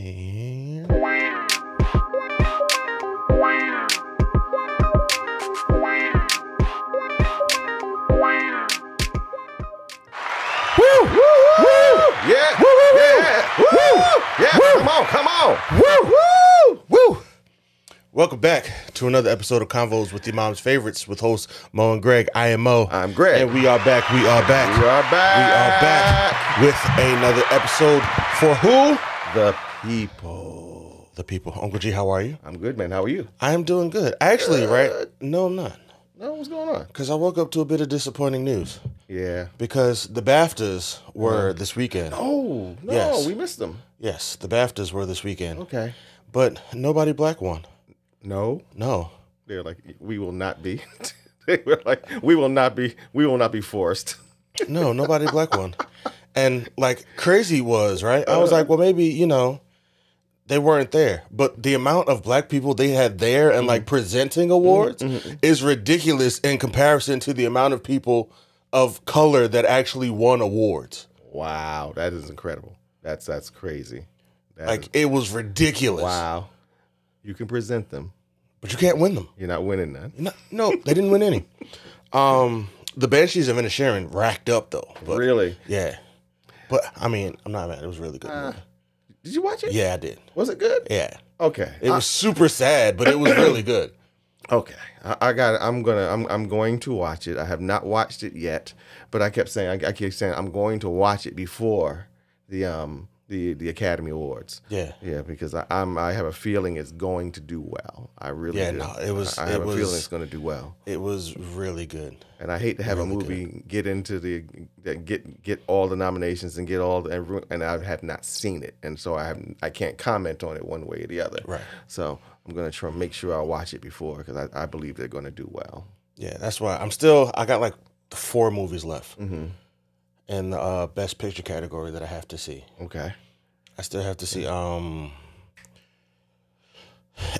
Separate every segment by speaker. Speaker 1: And
Speaker 2: Woo! Woo! Woo!
Speaker 1: yeah,
Speaker 2: Woo, woo, woo.
Speaker 1: yeah, woo, yeah,
Speaker 2: woo.
Speaker 1: come on, come on,
Speaker 2: Woo!
Speaker 1: woo, woo. Welcome back to another episode of Convos with your mom's favorites with hosts Mo and Greg. I am Mo.
Speaker 2: I'm Greg.
Speaker 1: and we are back. We are back.
Speaker 2: We are back.
Speaker 1: We are back with another episode for who?
Speaker 2: The people.
Speaker 1: The people. Uncle G, how are you?
Speaker 2: I'm good, man. How are you?
Speaker 1: I am doing good. Actually, right? No, I'm not.
Speaker 2: No, what's going on?
Speaker 1: Because I woke up to a bit of disappointing news.
Speaker 2: Yeah.
Speaker 1: Because the BAFTAs were this weekend.
Speaker 2: Oh no,
Speaker 1: Yes.
Speaker 2: we missed them.
Speaker 1: Yes, the BAFTAs were this weekend.
Speaker 2: Okay.
Speaker 1: But nobody black won.
Speaker 2: No,
Speaker 1: No.
Speaker 2: they're like we will not be. they were like we will not be. We will not be forced.
Speaker 1: No, nobody black won. And like crazy was, right? I was like, well, maybe, you know, they weren't there. But the amount of black people they had there and like presenting awards is ridiculous in comparison to the amount of people of color that actually won awards.
Speaker 2: Wow, that is incredible. That's that's crazy. That
Speaker 1: Like
Speaker 2: is-
Speaker 1: it was ridiculous.
Speaker 2: wow, you can present them.
Speaker 1: But you can't win them.
Speaker 2: You're not winning that.
Speaker 1: No, no, they didn't win any. Um, the Banshees of Inisherin racked up though. But
Speaker 2: really?
Speaker 1: yeah. But I mean, I'm not mad. It was a really good.
Speaker 2: Uh.
Speaker 1: movie.
Speaker 2: Did you watch it?
Speaker 1: Yeah, I did.
Speaker 2: Was it good?
Speaker 1: Yeah.
Speaker 2: Okay.
Speaker 1: It was super sad, but it was really good.
Speaker 2: Okay, I, I got. It. I'm gonna. I'm. I'm going to watch it. I have not watched it yet, but I kept saying. I, I keep saying I'm going to watch it before the um the the Academy Awards.
Speaker 1: Yeah.
Speaker 2: Yeah, because I, I'm. I have a feeling it's going to do well. I really.
Speaker 1: Yeah,
Speaker 2: do.
Speaker 1: no, it was-
Speaker 2: I, I
Speaker 1: it
Speaker 2: have a feeling
Speaker 1: was-
Speaker 2: it's going to do well,
Speaker 1: It was really good.
Speaker 2: and I hate to have a movie get into the that get get all the nominations and get all the and, ru- and I have not seen it, and so I have I can't comment on it one way or the other.
Speaker 1: Right.
Speaker 2: So I'm gonna try and make sure I watch it before because I, I believe they're going to do well.
Speaker 1: Yeah, that's why I'm still. I got like four movies left in the uh, best picture category that I have to see.
Speaker 2: Okay.
Speaker 1: I still have to see um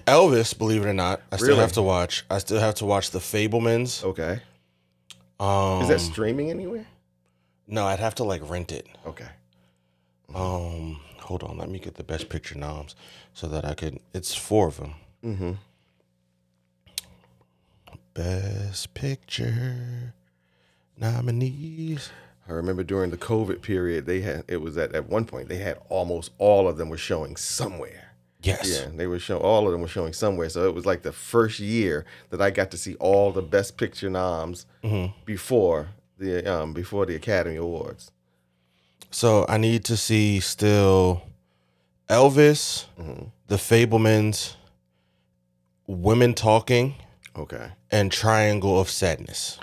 Speaker 1: Elvis. Believe it or not, I still
Speaker 2: Really?
Speaker 1: have to watch. I still have to watch The Fablemans.
Speaker 2: Okay.
Speaker 1: Um,
Speaker 2: Is that streaming anywhere?
Speaker 1: no, I'd have to like rent it.
Speaker 2: Okay.
Speaker 1: Um, hold on, let me get the best picture noms so that I could. It's four of them.
Speaker 2: Mm-hmm.
Speaker 1: Best picture nominees.
Speaker 2: I remember during the COVID period, they had it was at at one point they had almost all of them were showing somewhere.
Speaker 1: Yes.
Speaker 2: Yeah, they were showing all of them were showing somewhere. So it was like the first year that I got to see all the Best Picture noms
Speaker 1: Mm-hmm.
Speaker 2: before the um before the Academy Awards.
Speaker 1: So I need to see still Elvis,
Speaker 2: Mm-hmm.
Speaker 1: The Fablemans, Women Talking,
Speaker 2: Okay.
Speaker 1: and Triangle of Sadness.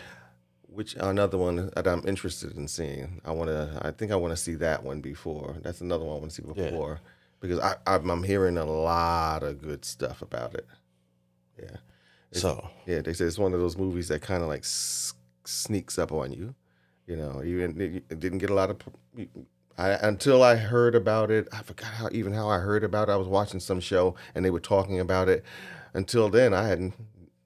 Speaker 2: Which another one that I'm interested in seeing. I want to. I think I want to see that one before. That's another one I want to see before because I, I'm, I'm hearing a lot of good stuff about it. Yeah,
Speaker 1: So
Speaker 2: yeah. They say it's one of those movies that kind of like s- sneaks up on you. You know, even it didn't get a lot of. I, until I heard about it, I forgot how even how I heard about it. I was watching some show and they were talking about it. Until then, I hadn't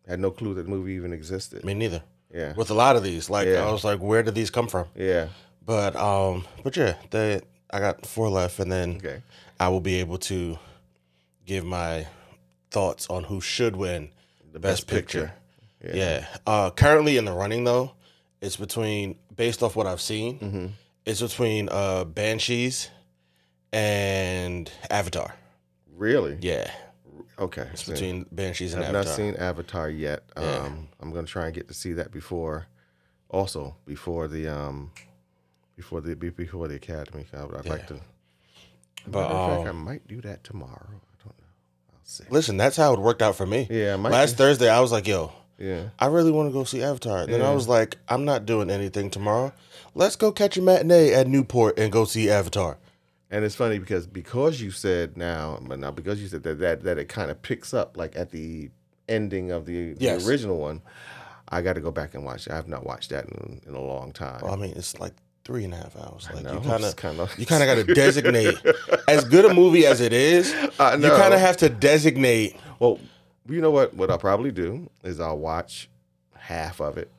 Speaker 2: had no clue that the movie even existed.
Speaker 1: me neither.
Speaker 2: Yeah,
Speaker 1: With a lot of these, like
Speaker 2: Yeah.
Speaker 1: I was like, where did these come from?
Speaker 2: yeah.
Speaker 1: But um, but yeah, they I got four left, and then
Speaker 2: Okay.
Speaker 1: I will be able to give my thoughts on who should win the best,
Speaker 2: Best
Speaker 1: picture.
Speaker 2: Picture.
Speaker 1: Yeah. Uh, currently in the running though, it's between based off what I've seen,
Speaker 2: Mm-hmm.
Speaker 1: it's between uh, Banshees and Avatar.
Speaker 2: Really?
Speaker 1: Yeah,
Speaker 2: Okay.
Speaker 1: it's
Speaker 2: so
Speaker 1: between Banshees and
Speaker 2: I've
Speaker 1: Avatar.
Speaker 2: not seen Avatar yet. Um, I'm gonna try and get to see that before, also before the um, before the be- before the Academy. I would, I'd like to.
Speaker 1: But,
Speaker 2: Matter of fact,
Speaker 1: um,
Speaker 2: I might do that tomorrow. I don't know. I'll see.
Speaker 1: Listen, that's how it worked out for me.
Speaker 2: Yeah, my-
Speaker 1: Last Thursday, I was like, "Yo,
Speaker 2: Yeah.
Speaker 1: I really want to go see Avatar." And then I was like, "I'm not doing anything tomorrow. Let's go catch a matinee at Newport and go see Avatar."
Speaker 2: And it's funny because because you said now, but now because you said that that that it kind of picks up like at the ending of the, the
Speaker 1: Yes.
Speaker 2: original one. I got to go back and watch. it. I have not watched that in, in a long time.
Speaker 1: Well, I mean, it's like three and a half hours. Like
Speaker 2: know,
Speaker 1: you
Speaker 2: I'm
Speaker 1: kind of,
Speaker 2: just kinda-
Speaker 1: you kind of got to designate. as good a movie as it is,
Speaker 2: I
Speaker 1: you
Speaker 2: know.
Speaker 1: kind of have to designate.
Speaker 2: Well, you know what? What I'll probably do is I'll watch half of it,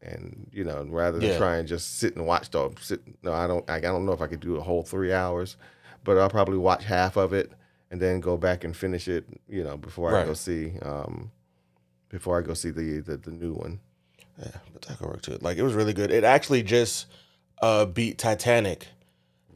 Speaker 2: and you know, rather than
Speaker 1: Yeah.
Speaker 2: try and just sit and watch the sit. No, I don't. I, I don't know if I could do a whole three hours, but I'll probably watch half of it and then go back and finish it. You know, before I
Speaker 1: Right.
Speaker 2: go see um, before I go see the the, the new one.
Speaker 1: Yeah, but that could work too. Like it was really good. It actually just uh, beat Titanic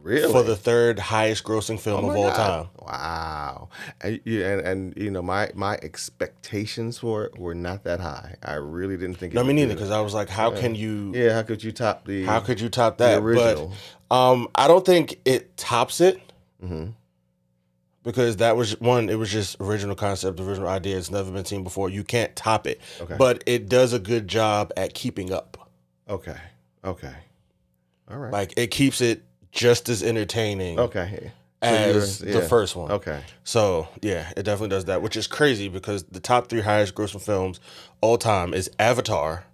Speaker 2: Really?
Speaker 1: for the third highest grossing
Speaker 2: Oh
Speaker 1: film
Speaker 2: my
Speaker 1: of all
Speaker 2: God.
Speaker 1: time.
Speaker 2: Wow. And, you- and and you know my my expectations for it were not that high. I really didn't think. it
Speaker 1: No, me
Speaker 2: would do
Speaker 1: neither.
Speaker 2: that.
Speaker 1: Because I was like, how can you?
Speaker 2: yeah, how could you top the
Speaker 1: How could you top
Speaker 2: the
Speaker 1: that?
Speaker 2: original?
Speaker 1: But um, I don't think it tops it
Speaker 2: hmm
Speaker 1: because that was one. It was just original concept, original idea. It's never been seen before. You can't top it.
Speaker 2: Okay.
Speaker 1: But it does a good job at keeping up.
Speaker 2: Okay. Okay. All right.
Speaker 1: Like it keeps it just as entertaining
Speaker 2: okay. So you're-
Speaker 1: as the
Speaker 2: yeah.
Speaker 1: first one.
Speaker 2: Okay.
Speaker 1: So yeah, it definitely does that, which is crazy because the top three highest grossing films all time is Avatar,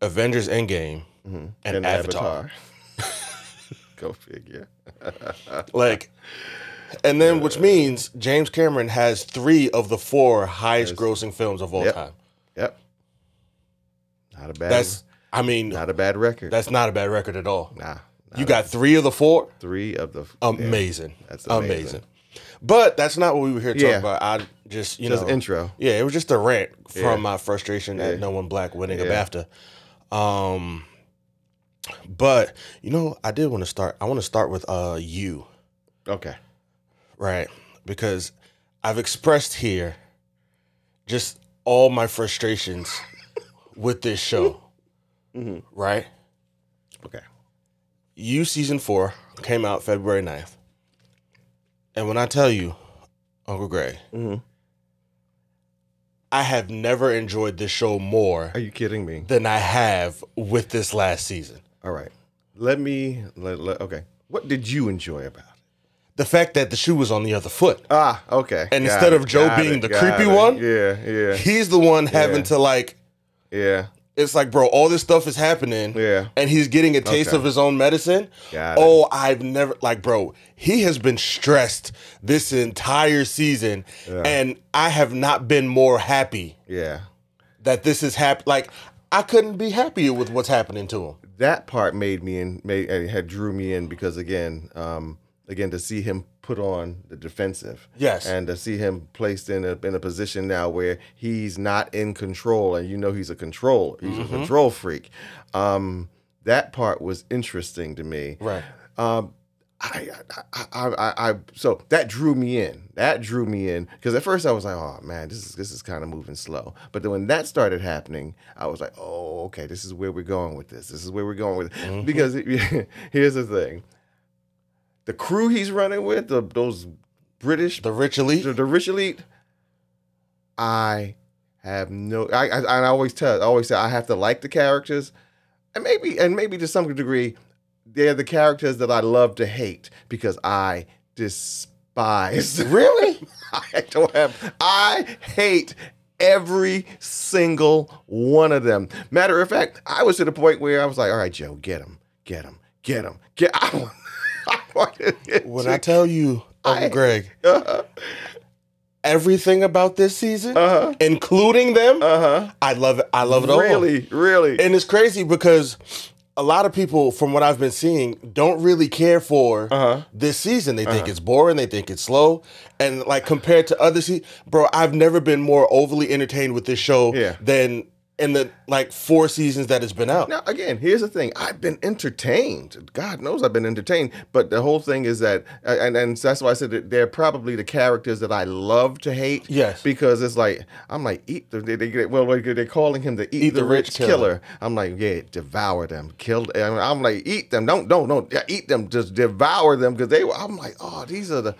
Speaker 1: Avengers Endgame,
Speaker 2: Mhm.
Speaker 1: and,
Speaker 2: And
Speaker 1: Avatar.
Speaker 2: Go figure.
Speaker 1: Like, and then which means James Cameron has three of the four highest grossing films of all
Speaker 2: Yep.
Speaker 1: time.
Speaker 2: Yep. Not a bad.
Speaker 1: That's I mean
Speaker 2: not a bad record.
Speaker 1: that's not a bad record at all.
Speaker 2: nah. not
Speaker 1: You Um,
Speaker 2: a-
Speaker 1: got three of the four.
Speaker 2: three of the
Speaker 1: Amazing.
Speaker 2: That's amazing.
Speaker 1: amazing. But that's not what we were here to talk
Speaker 2: Yeah.
Speaker 1: about. I just you
Speaker 2: Just
Speaker 1: know
Speaker 2: intro.
Speaker 1: Yeah, it was just a rant from
Speaker 2: Yeah.
Speaker 1: my frustration at
Speaker 2: Yeah.
Speaker 1: no one black winning a
Speaker 2: Yeah.
Speaker 1: BAFTA. Um, but you know, I did want to start. I want to start with uh you,
Speaker 2: Okay.
Speaker 1: right? Because I've expressed here just all my frustrations with this show, Mm-hmm. right?
Speaker 2: Okay.
Speaker 1: You season four came out February 9th. And when I tell you, Uncle Greg,
Speaker 2: Mhm.
Speaker 1: I have never enjoyed this show more
Speaker 2: Are you kidding me?
Speaker 1: than I have with this last season.
Speaker 2: All right. Let me. Let, let, okay. What did you enjoy about it?
Speaker 1: The fact that the shoe was on the other foot.
Speaker 2: Ah, okay.
Speaker 1: And instead of Joe
Speaker 2: got
Speaker 1: being the
Speaker 2: got
Speaker 1: creepy
Speaker 2: it.
Speaker 1: one-
Speaker 2: yeah,
Speaker 1: He's the one having
Speaker 2: Yeah.
Speaker 1: to like
Speaker 2: yeah,
Speaker 1: it's like, bro, all this stuff is happening.
Speaker 2: yeah, yeah.
Speaker 1: And he's getting a taste
Speaker 2: Okay.
Speaker 1: of his own medicine.
Speaker 2: Got it.
Speaker 1: Oh, I've never like, bro. He has been stressed this entire season,
Speaker 2: Yeah.
Speaker 1: and I have not been more happy
Speaker 2: Yeah.
Speaker 1: that this is happening. Like, I couldn't be happier with what's happening to him.
Speaker 2: That part made me in made uh, had drew me in because again, um, again to see him put on the defensive.
Speaker 1: Yes.
Speaker 2: And to see him placed in a in a position now where he's not in control and you know he's a control he's a control freak. Um that part was interesting to me.
Speaker 1: Right.
Speaker 2: um, I, I, I, I, I, so that drew me in. That drew me in because at first I was like, oh man, this is this is kind of moving slow. But then when that started happening, I was like, oh okay, this is where we're going with this. This is where we're going with it. Because it- here's the thing: the crew he's running with, the, those British,
Speaker 1: The rich elite.
Speaker 2: the, the rich elite, I have no. I, I I always tell, I always say, I have to like the characters, and maybe and maybe to some degree, they're the characters that I love to hate because I despise.
Speaker 1: Really?
Speaker 2: I don't have. I hate every single one of them. Matter of fact, I was to the point where I was like, all right, Joe, get him, get him, get him, get. I want. I wanted it
Speaker 1: When
Speaker 2: to- Uh-huh,
Speaker 1: I tell you, Uncle
Speaker 2: I-
Speaker 1: Greg, everything about this season,
Speaker 2: Uh-huh.
Speaker 1: including them,
Speaker 2: Uh-huh.
Speaker 1: I love it. I love it all.
Speaker 2: Really, really.
Speaker 1: And it's crazy because a lot of people, from what I've been seeing, don't really care for this season. They think it's boring. They think it's slow. And like compared to other seasons, bro, I've never been more overly entertained with this show
Speaker 2: Yeah.
Speaker 1: than in the like four seasons that it's been out.
Speaker 2: Now, again, here's the thing. I've been entertained. God knows I've been entertained. But the whole thing is that, and, and that's why I said that they're probably the characters that I love to hate.
Speaker 1: Yes.
Speaker 2: Because it's like, I'm like, eat the, they, they, well, like, they're calling him the eat, the, rich, killer. I'm like, yeah, devour them, kill them. And I'm like, eat them. Don't, don't, don't, yeah, eat them. Just devour them. Because they were, I'm like, oh, these are the,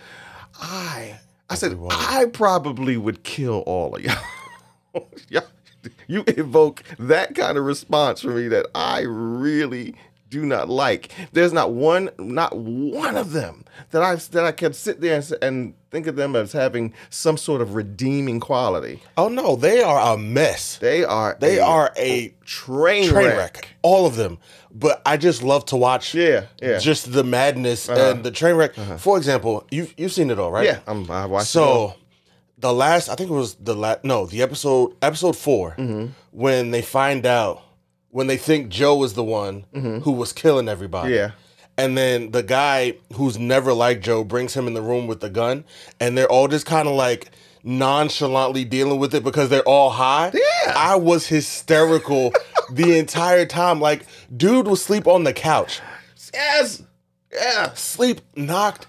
Speaker 2: I, I said, I probably would kill all of y'all. yeah, you evoke that kind of response from me that I really do not like. There's not one, not one of them that I that I can sit there and, s- and think of them as having some sort of redeeming quality.
Speaker 1: Oh no, they are a mess.
Speaker 2: They are
Speaker 1: They
Speaker 2: a
Speaker 1: are a
Speaker 2: train,
Speaker 1: train
Speaker 2: wreck.
Speaker 1: wreck, all of them. But I just love to watch.
Speaker 2: Yeah, yeah. Uh-huh.
Speaker 1: Just the madness and the train wreck. For example, you've you've seen it all, right?
Speaker 2: Yeah, I'm, I watched. it all.
Speaker 1: So the last, I think it was the last, no, the episode, episode 4
Speaker 2: Mm-hmm.
Speaker 1: when they find out, when they think Joe is the one who was killing everybody.
Speaker 2: Mm-hmm. Yeah.
Speaker 1: And then the guy who's never liked Joe brings him in the room with the gun, and they're all just kind of like nonchalantly dealing with it because they're all high. Yeah. I was hysterical the entire time. Like, dude will sleep on the couch,
Speaker 2: Yes. Yeah.
Speaker 1: sleep knocked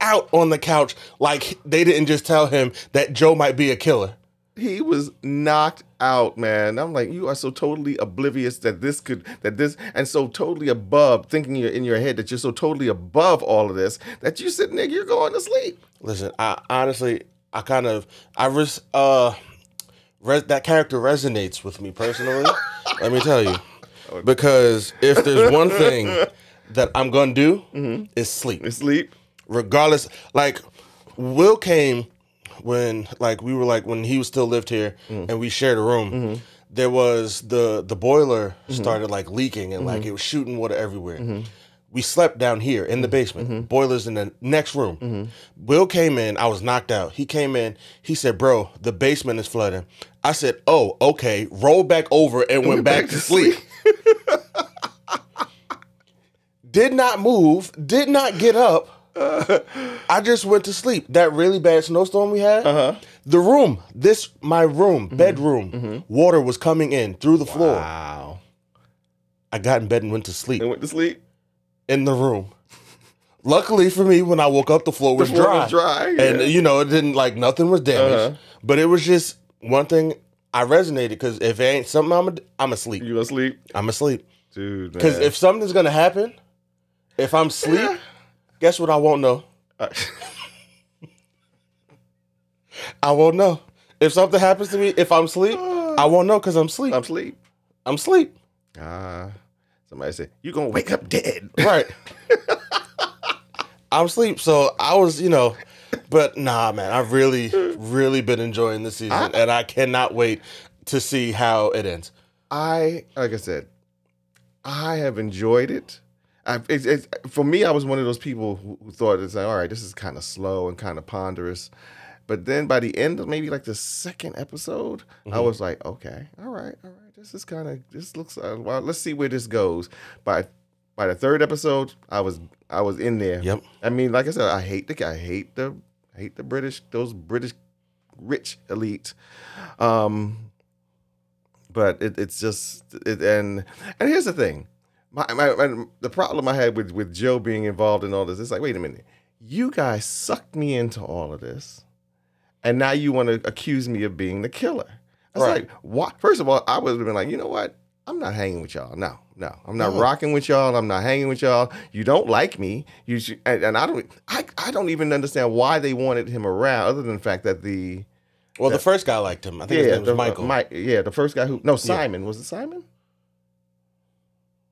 Speaker 1: out on the couch. Like, they didn't just tell him that Joe might be a killer.
Speaker 2: He was knocked out, man. I'm like, you are so totally oblivious that this could, that this, and so totally above, thinking you're in your head that you're so totally above all of this that you sitting there, you're going to sleep.
Speaker 1: Listen, I honestly, I kind of, I res, uh, res, that character resonates with me personally. let me tell you, because if there's one thing that I'm gonna do is sleep,
Speaker 2: Sleep.
Speaker 1: regardless. Like Will came when, like we were like when he was still lived here and we shared a room. There was the the boiler started like leaking and like it was shooting water everywhere. We slept down here in the basement. Boilers in the next room. Will came in. I was knocked out. He came in. He said, "Bro, the basement is flooding." I said, "Oh, okay." Rolled back over and went back, to sleep. Did not move. Did not get up. I just went to sleep. That really bad snowstorm we had.
Speaker 2: Uh-huh.
Speaker 1: The room, this my room, bedroom, water was coming in through the floor.
Speaker 2: Mm-hmm. Wow.
Speaker 1: I got in bed and went to sleep
Speaker 2: And went to sleep.
Speaker 1: in the room. Luckily for me, when I woke up, the floor was
Speaker 2: floor
Speaker 1: dry.
Speaker 2: was dry, yeah. Uh-huh.
Speaker 1: and you know it didn't like nothing was damaged. But it was just one thing I resonated because if it ain't something, I'm a, I'm asleep.
Speaker 2: You gonna sleep?
Speaker 1: I'm asleep
Speaker 2: Dude, man.
Speaker 1: because if something's gonna happen, if I'm asleep, guess what? I won't know.
Speaker 2: Uh,
Speaker 1: I won't know. If something happens to me, if I'm asleep, I won't know because I'm asleep.
Speaker 2: I'm asleep.
Speaker 1: I'm asleep.
Speaker 2: Ah. Somebody said, you gonna wake up dead.
Speaker 1: Right. I'm asleep. So I was, you know, but nah, man, I've really, really been enjoying this season and I cannot wait to see how it ends.
Speaker 2: I like I said, I have enjoyed it. I, it's, it's, for me, I was one of those people who who thought it's like, all right, this is kind of slow and kind of ponderous. But then by the end of maybe like the second episode, I was like, okay, all right, all right, this is kind of this looks uh, well. Let's see where this goes. By by the third episode, I was I was in there.
Speaker 1: Yep.
Speaker 2: I mean, like I said, I hate the I hate the I hate the British those British rich elite. Um, but it, it's just it, and and here's the thing my, my, my the problem i had with with joe being involved in all this it's like wait a minute you guys sucked me into all of this and now you want to accuse me of being the killer i was
Speaker 1: Right.
Speaker 2: like what first of all i would have been like you know what i'm not hanging with y'all no no i'm not rocking with y'all i'm not hanging with y'all you don't like me you should, and, and i don't I, I don't even understand why they wanted him around other than the fact that the
Speaker 1: Well, the first guy liked him. I think his name was
Speaker 2: the, uh,
Speaker 1: Michael.
Speaker 2: Mike, yeah, the first guy who no Simon was it Simon?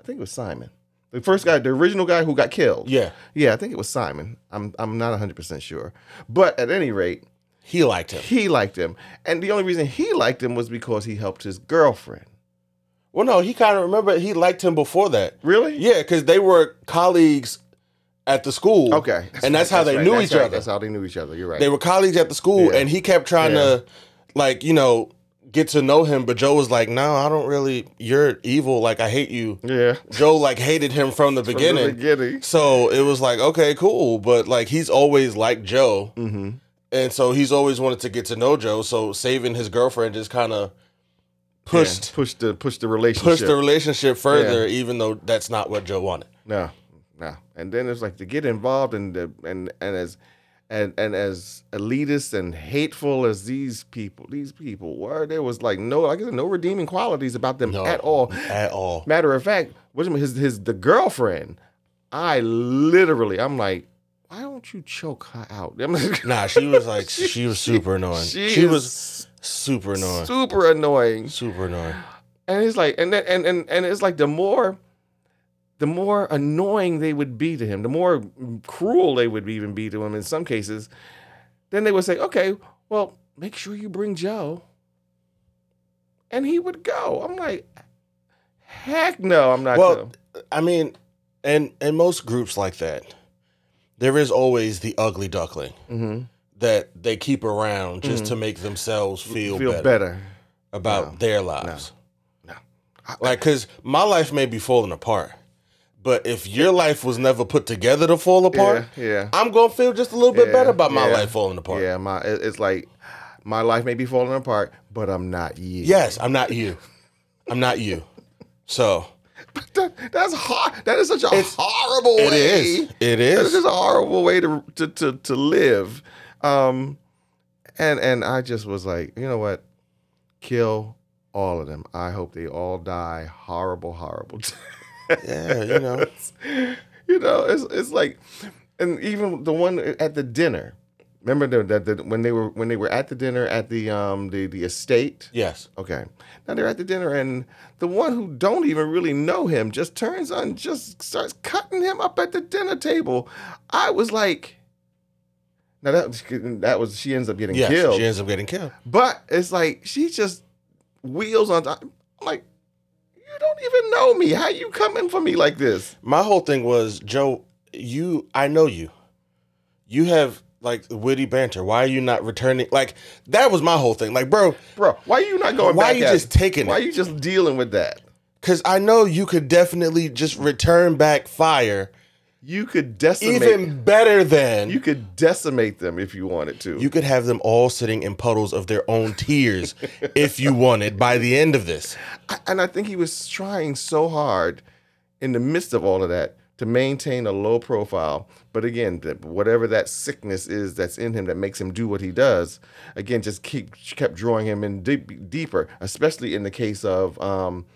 Speaker 2: I think it was Simon. The first guy, the original guy who got killed.
Speaker 1: yeah,
Speaker 2: yeah, I think it was Simon. I'm I'm not 100 percent sure, but at any rate,
Speaker 1: he liked him.
Speaker 2: he liked him, and the only reason he liked him was because he helped his girlfriend.
Speaker 1: Well, no, he kind of remember he liked him before that.
Speaker 2: Really?
Speaker 1: Yeah, because they were colleagues at the school.
Speaker 2: Okay.
Speaker 1: and that's how they
Speaker 2: right,
Speaker 1: knew
Speaker 2: that's
Speaker 1: each
Speaker 2: right,
Speaker 1: other.
Speaker 2: That's how they knew each other. You're right.
Speaker 1: they were colleagues at the school,
Speaker 2: Yeah.
Speaker 1: and he kept trying to, like, you know, get to know him. But Joe was like, "No, I don't really. You're evil. Like, I hate you."
Speaker 2: yeah.
Speaker 1: Joe like hated him from the
Speaker 2: From
Speaker 1: beginning.
Speaker 2: the beginning.
Speaker 1: So it was like, okay, cool, but like he's always liked Joe,
Speaker 2: Mm-hmm.
Speaker 1: and so he's always wanted to get to know Joe. So saving his girlfriend just kind of pushed
Speaker 2: pushed the pushed the relationship.
Speaker 1: pushed the relationship further, even though that's not what Joe wanted.
Speaker 2: No, no. And then it's like to get involved in the and and as and and as elitist and hateful as these people, these people were, there was like no, like I said, no redeeming qualities about them
Speaker 1: No,
Speaker 2: at all.
Speaker 1: at all.
Speaker 2: Matter of fact, what's his his the girlfriend? I literally, I'm like, why don't you choke her out? I'm like,
Speaker 1: Nah, she was like she was super annoying.
Speaker 2: she
Speaker 1: She,
Speaker 2: is
Speaker 1: was super annoying,
Speaker 2: super annoying.
Speaker 1: super annoying.
Speaker 2: and it's like and then and and, and it's like the more the more annoying they would be to him the more cruel they would even be to him in some cases then they would say okay well make sure you bring joe and he would go i'm like heck no i'm not
Speaker 1: Well,
Speaker 2: well,
Speaker 1: I mean, and in most groups like that, there is always the ugly duckling.
Speaker 2: mm-hmm.
Speaker 1: that they keep around just to make themselves feel,
Speaker 2: Mm. feel,
Speaker 1: better,
Speaker 2: better,
Speaker 1: about
Speaker 2: No.
Speaker 1: their lives.
Speaker 2: No.
Speaker 1: Like, because my life may be falling apart, But if your life was never put together to fall apart,
Speaker 2: Yeah, yeah.
Speaker 1: I'm gonna feel just a little bit
Speaker 2: Yeah,
Speaker 1: better about my
Speaker 2: yeah,
Speaker 1: life falling apart.
Speaker 2: Yeah, my it- it's like my life may be falling apart, but I'm not you.
Speaker 1: Yes, I'm not you. I'm not you. So
Speaker 2: That- that's hard. That is such a horrible
Speaker 1: it
Speaker 2: way.
Speaker 1: is. It
Speaker 2: That is
Speaker 1: is.
Speaker 2: just a horrible way to to to, to live. Um, and and I just was like, you know what? Kill all of them. I hope they all die horrible, horrible.
Speaker 1: Yeah, you know.
Speaker 2: you know, it's it's like, and even the one at the dinner. Remember the, the, the when they were when they were at the dinner at the um the the estate.
Speaker 1: Yes.
Speaker 2: Okay. Now they're at the dinner, and the one who don't even really know him just turns on, just starts cutting him up at the dinner table. I was like, now that that was she ends up getting
Speaker 1: Yes.
Speaker 2: killed,
Speaker 1: She ends up getting killed.
Speaker 2: but it's like she just wheels on. I'm like, you don't even know me. How you coming for me like this?
Speaker 1: My whole thing was, Joe, you I know you. You have like witty banter. Why are you not returning? Like that was my whole thing. Like, bro,
Speaker 2: Bro, why you not going
Speaker 1: Why
Speaker 2: back
Speaker 1: you
Speaker 2: at
Speaker 1: just
Speaker 2: it?
Speaker 1: taking
Speaker 2: Why
Speaker 1: it?
Speaker 2: you just dealing with that?
Speaker 1: because I know you could definitely just return back fire
Speaker 2: You could decimate
Speaker 1: even better than
Speaker 2: you could decimate them if you wanted to.
Speaker 1: You could have them all sitting in puddles of their own tears if you wanted by the end of this.
Speaker 2: I- and I think he was trying so hard in the midst of all of that to maintain a low profile. But again, that whatever that sickness is that's in him that makes him do what he does, again, just keep kept drawing him in deep, deeper, especially in the case of um,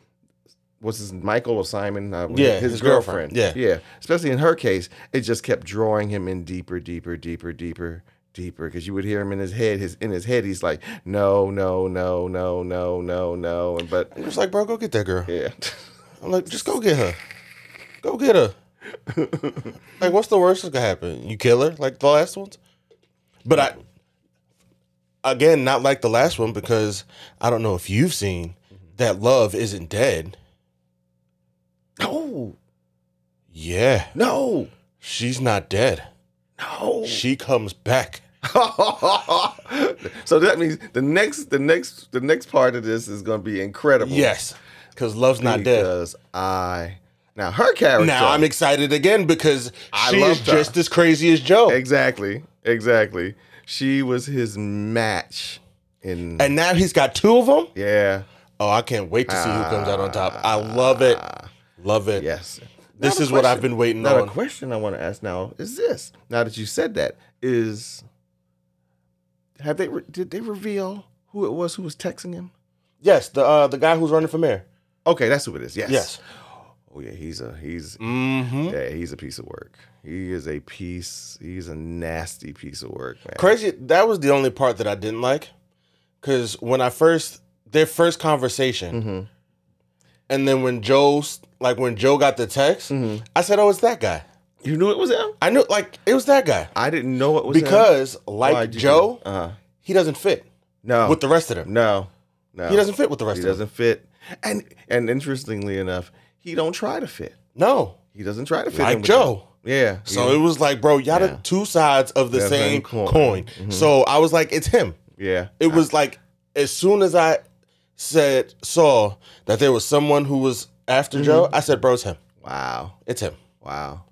Speaker 2: what's his Michael or Simon? Uh,
Speaker 1: Yeah,
Speaker 2: his,
Speaker 1: his
Speaker 2: girlfriend.
Speaker 1: girlfriend. Yeah.
Speaker 2: yeah. Especially in her case, it just kept drawing him in deeper, deeper, deeper, deeper. Deeper, because you would hear him in his head. His in his head, he's like, "No, no, no, no, no, no, no." And but
Speaker 1: It was like, bro, go get that girl.
Speaker 2: yeah.
Speaker 1: I'm like, just go get her. Go get her. like, what's the worst that could happen? You kill her, like the last ones? But I, again, not like the last one because I don't know if you've seen that love isn't dead.
Speaker 2: No.
Speaker 1: Yeah,
Speaker 2: No.
Speaker 1: she's not dead.
Speaker 2: No.
Speaker 1: She comes back.
Speaker 2: so that means the next the next the next part of this is going to be incredible.
Speaker 1: Yes, because love's not dead.
Speaker 2: Because I now her character.
Speaker 1: Now I'm excited again because
Speaker 2: I
Speaker 1: she is
Speaker 2: loved her.
Speaker 1: just as crazy as Joe.
Speaker 2: exactly. Exactly. She was his match in
Speaker 1: And now he's got two of them.
Speaker 2: yeah.
Speaker 1: Oh, I can't wait to see who comes out on top. I love it.
Speaker 2: Ah.
Speaker 1: Love it.
Speaker 2: Yes.
Speaker 1: This
Speaker 2: Now the
Speaker 1: is what I've
Speaker 2: question-
Speaker 1: been waiting
Speaker 2: now
Speaker 1: on.
Speaker 2: the question I want to ask now is this: Now that you said that, is have they re- did they reveal who it was who was texting him?
Speaker 1: Yes, the uh, the guy who's running for mayor.
Speaker 2: Okay, that's who it is. Yes.
Speaker 1: Yes.
Speaker 2: Oh yeah, he's a he's
Speaker 1: Mm-hmm.
Speaker 2: yeah he's a piece of work. He is a piece. He's a nasty piece of work, man.
Speaker 1: Crazy. That was the only part that I didn't like, because when I first their first conversation,
Speaker 2: Mhm.
Speaker 1: and then when Joe's like when Joe got the text,
Speaker 2: Mm-hmm.
Speaker 1: I said, "Oh, it's that guy."
Speaker 2: You knew it was him.
Speaker 1: I knew like it was that guy
Speaker 2: I didn't know it was him.
Speaker 1: because like
Speaker 2: Why'd you do-
Speaker 1: Joe,
Speaker 2: Uh-huh.
Speaker 1: he doesn't fit
Speaker 2: no,
Speaker 1: with the rest of them.
Speaker 2: no, no.
Speaker 1: He doesn't fit with the rest
Speaker 2: He
Speaker 1: of them.
Speaker 2: doesn't fit. And and interestingly enough, he don't try to fit.
Speaker 1: No,
Speaker 2: He doesn't try to fit. in
Speaker 1: like
Speaker 2: with
Speaker 1: Joe.
Speaker 2: them. Yeah.
Speaker 1: So
Speaker 2: yeah.
Speaker 1: it was like, bro, y'all
Speaker 2: Yeah.
Speaker 1: the two sides of the
Speaker 2: The same
Speaker 1: same
Speaker 2: coin.
Speaker 1: coin.
Speaker 2: Mm-hmm.
Speaker 1: So I was like, it's him.
Speaker 2: yeah.
Speaker 1: It was like as soon as I said saw that there was someone who was after Joe,
Speaker 2: Mm-hmm.
Speaker 1: I said, bro, it's him.
Speaker 2: wow.
Speaker 1: It's him.
Speaker 2: Wow.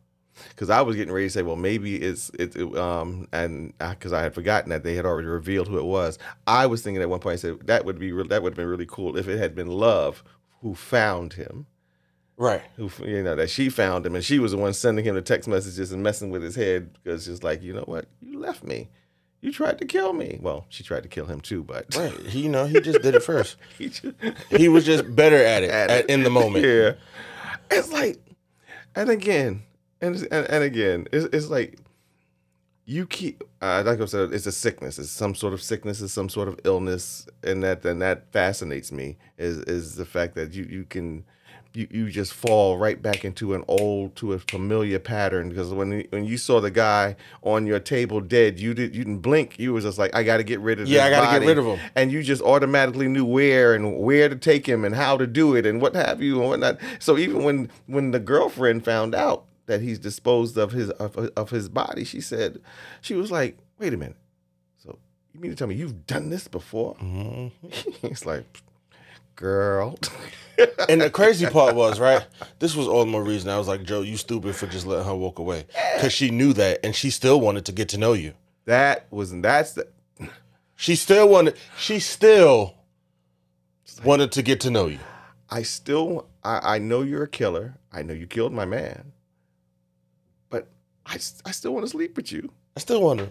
Speaker 2: Because I was getting ready to say, well, maybe it's it, it um, and because I had forgotten that they had already revealed who it was. I was thinking at one point, I said that would be re- that would have been really cool if it had been Love who found him,
Speaker 1: Right.
Speaker 2: who f- you know that she found him, and she was the one sending him the text messages and messing with his head because just like you know what, you left me, you tried to kill me. Well, she tried to kill him too, but
Speaker 1: Right. He, you know, he just did it first.
Speaker 2: he just,
Speaker 1: He was just better at it,
Speaker 2: At
Speaker 1: at
Speaker 2: it.
Speaker 1: in the moment.
Speaker 2: Yeah. It's like, and again, and and, and again, it's, it's like you keep uh, like I said, it's a sickness. It's some sort of sickness. It's some sort of illness, and that and that fascinates me is is the fact that you you can. You, you just fall right back into an old to a familiar pattern because when when you saw the guy on your table dead you did you didn't blink you was just like I got to get rid of
Speaker 1: Yeah,
Speaker 2: this
Speaker 1: I gotta get
Speaker 2: body."
Speaker 1: rid of him.
Speaker 2: and you just automatically knew where and where to take him and how to do it and what have you and whatnot. So even when when the girlfriend found out that he's disposed of his of, of his body, she said, she was like, "Wait a minute, so you mean to tell me you've done this before?"
Speaker 1: Mhm.
Speaker 2: it's like, girl.
Speaker 1: And the crazy part was, right? This was all the more reason I was like, Joe, you stupid for just letting her walk away. Because she knew that and she still wanted to get to know you.
Speaker 2: That was that's the
Speaker 1: She still wanted she still wanted to get to know you.
Speaker 2: I still I, I know you're a killer. I know you killed my man. But I, s- I still want to sleep with you.
Speaker 1: I still want her.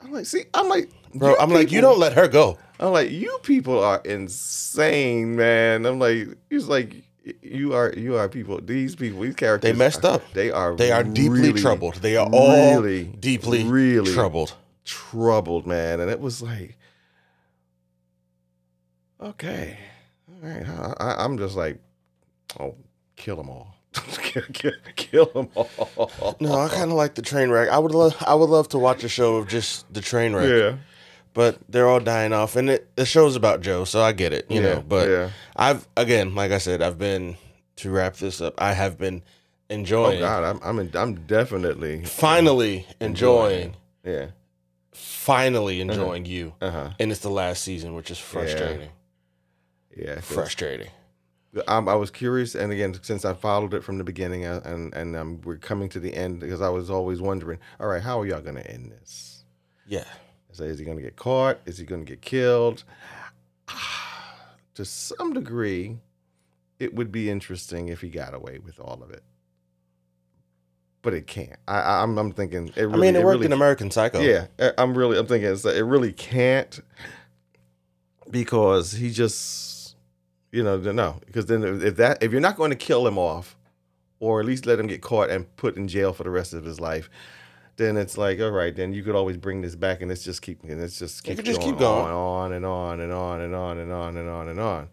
Speaker 2: I'm like, see, I'm like,
Speaker 1: Bro, I'm like, you
Speaker 2: people-
Speaker 1: don't let her go.
Speaker 2: I'm like, you people are insane, man. I'm like, he's like, you are, you are people. These people, these characters,
Speaker 1: They messed
Speaker 2: are-
Speaker 1: up.
Speaker 2: They are,
Speaker 1: They are deeply
Speaker 2: really,
Speaker 1: troubled. They are all
Speaker 2: really,
Speaker 1: deeply
Speaker 2: really
Speaker 1: troubled.
Speaker 2: troubled, man. And it was like, okay, all right. I, I, I'm just like, oh, kill them all. kill, kill, kill them all.
Speaker 1: No, I kind of like the train wreck. I would love, I would love to watch a show of just the train wreck.
Speaker 2: yeah,
Speaker 1: But they're all dying off, and it the show's about Joe, so I get it, you
Speaker 2: yeah,
Speaker 1: know. But
Speaker 2: yeah.
Speaker 1: I've again, like I said, I've been to wrap this up. I have been
Speaker 2: oh
Speaker 1: enjoying,
Speaker 2: God, I'm, I'm, in, I'm definitely
Speaker 1: finally enjoying,
Speaker 2: Enjoying. yeah,
Speaker 1: finally enjoying you,
Speaker 2: uh huh,
Speaker 1: and it's the last season, which is frustrating,
Speaker 2: yeah, 'cause-
Speaker 1: frustrating.
Speaker 2: Um, I was curious, and again, since I followed it from the beginning, uh, and and um, we're coming to the end because I was always wondering, all right, how are y'all going to end this?
Speaker 1: Yeah,
Speaker 2: Is, is he going to get caught? Is he going to get killed? to some degree, it would be interesting if he got away with all of it, but it can't. I, I I'm I'm thinking it. Really,
Speaker 1: I mean, it, worked
Speaker 2: really
Speaker 1: in American Psycho.
Speaker 2: yeah, I- I'm really. I'm thinking it's like, it really can't because he just, you know, no. Because then if that if you're not going to kill him off, or at least let him get caught and put in jail for the rest of his life, then it's like all right. Then you could always bring this back, and it's just keep and it's just
Speaker 1: You
Speaker 2: keep,
Speaker 1: could just
Speaker 2: going
Speaker 1: keep going.
Speaker 2: on and on and on and on and on and on and on,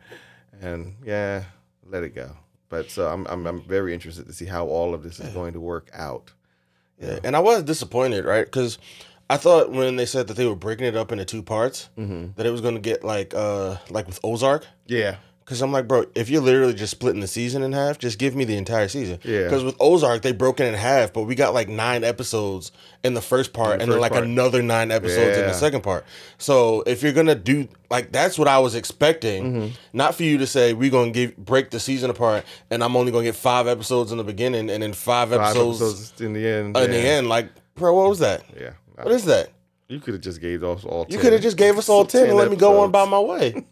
Speaker 2: and yeah, let it go. But so I'm I'm, I'm very interested to see how all of this is going to work out.
Speaker 1: Yeah, and I was disappointed, right? Because I thought when they said that they were breaking it up into two parts, that it was going to get like, uh, like with Ozark.
Speaker 2: Yeah,
Speaker 1: Because I'm like, bro, if you're literally just splitting the season in half, just give me the entire season.
Speaker 2: Yeah.
Speaker 1: Because with Ozark, they broke it in half, but we got like nine episodes in the first part, and then
Speaker 2: first
Speaker 1: like
Speaker 2: part.
Speaker 1: another nine episodes in
Speaker 2: Yeah.
Speaker 1: the second part. So if you're gonna do like that's what I was expecting, not for you to say we're gonna give break the season apart, and I'm only gonna get five episodes in the beginning, and then five,
Speaker 2: five
Speaker 1: episodes,
Speaker 2: episodes in the end.
Speaker 1: in
Speaker 2: yeah.
Speaker 1: the end. Like, bro, what was that?
Speaker 2: Yeah.
Speaker 1: What is that?
Speaker 2: you could have just gave us all.
Speaker 1: You could have just gave us all ten, and let me go on by my way.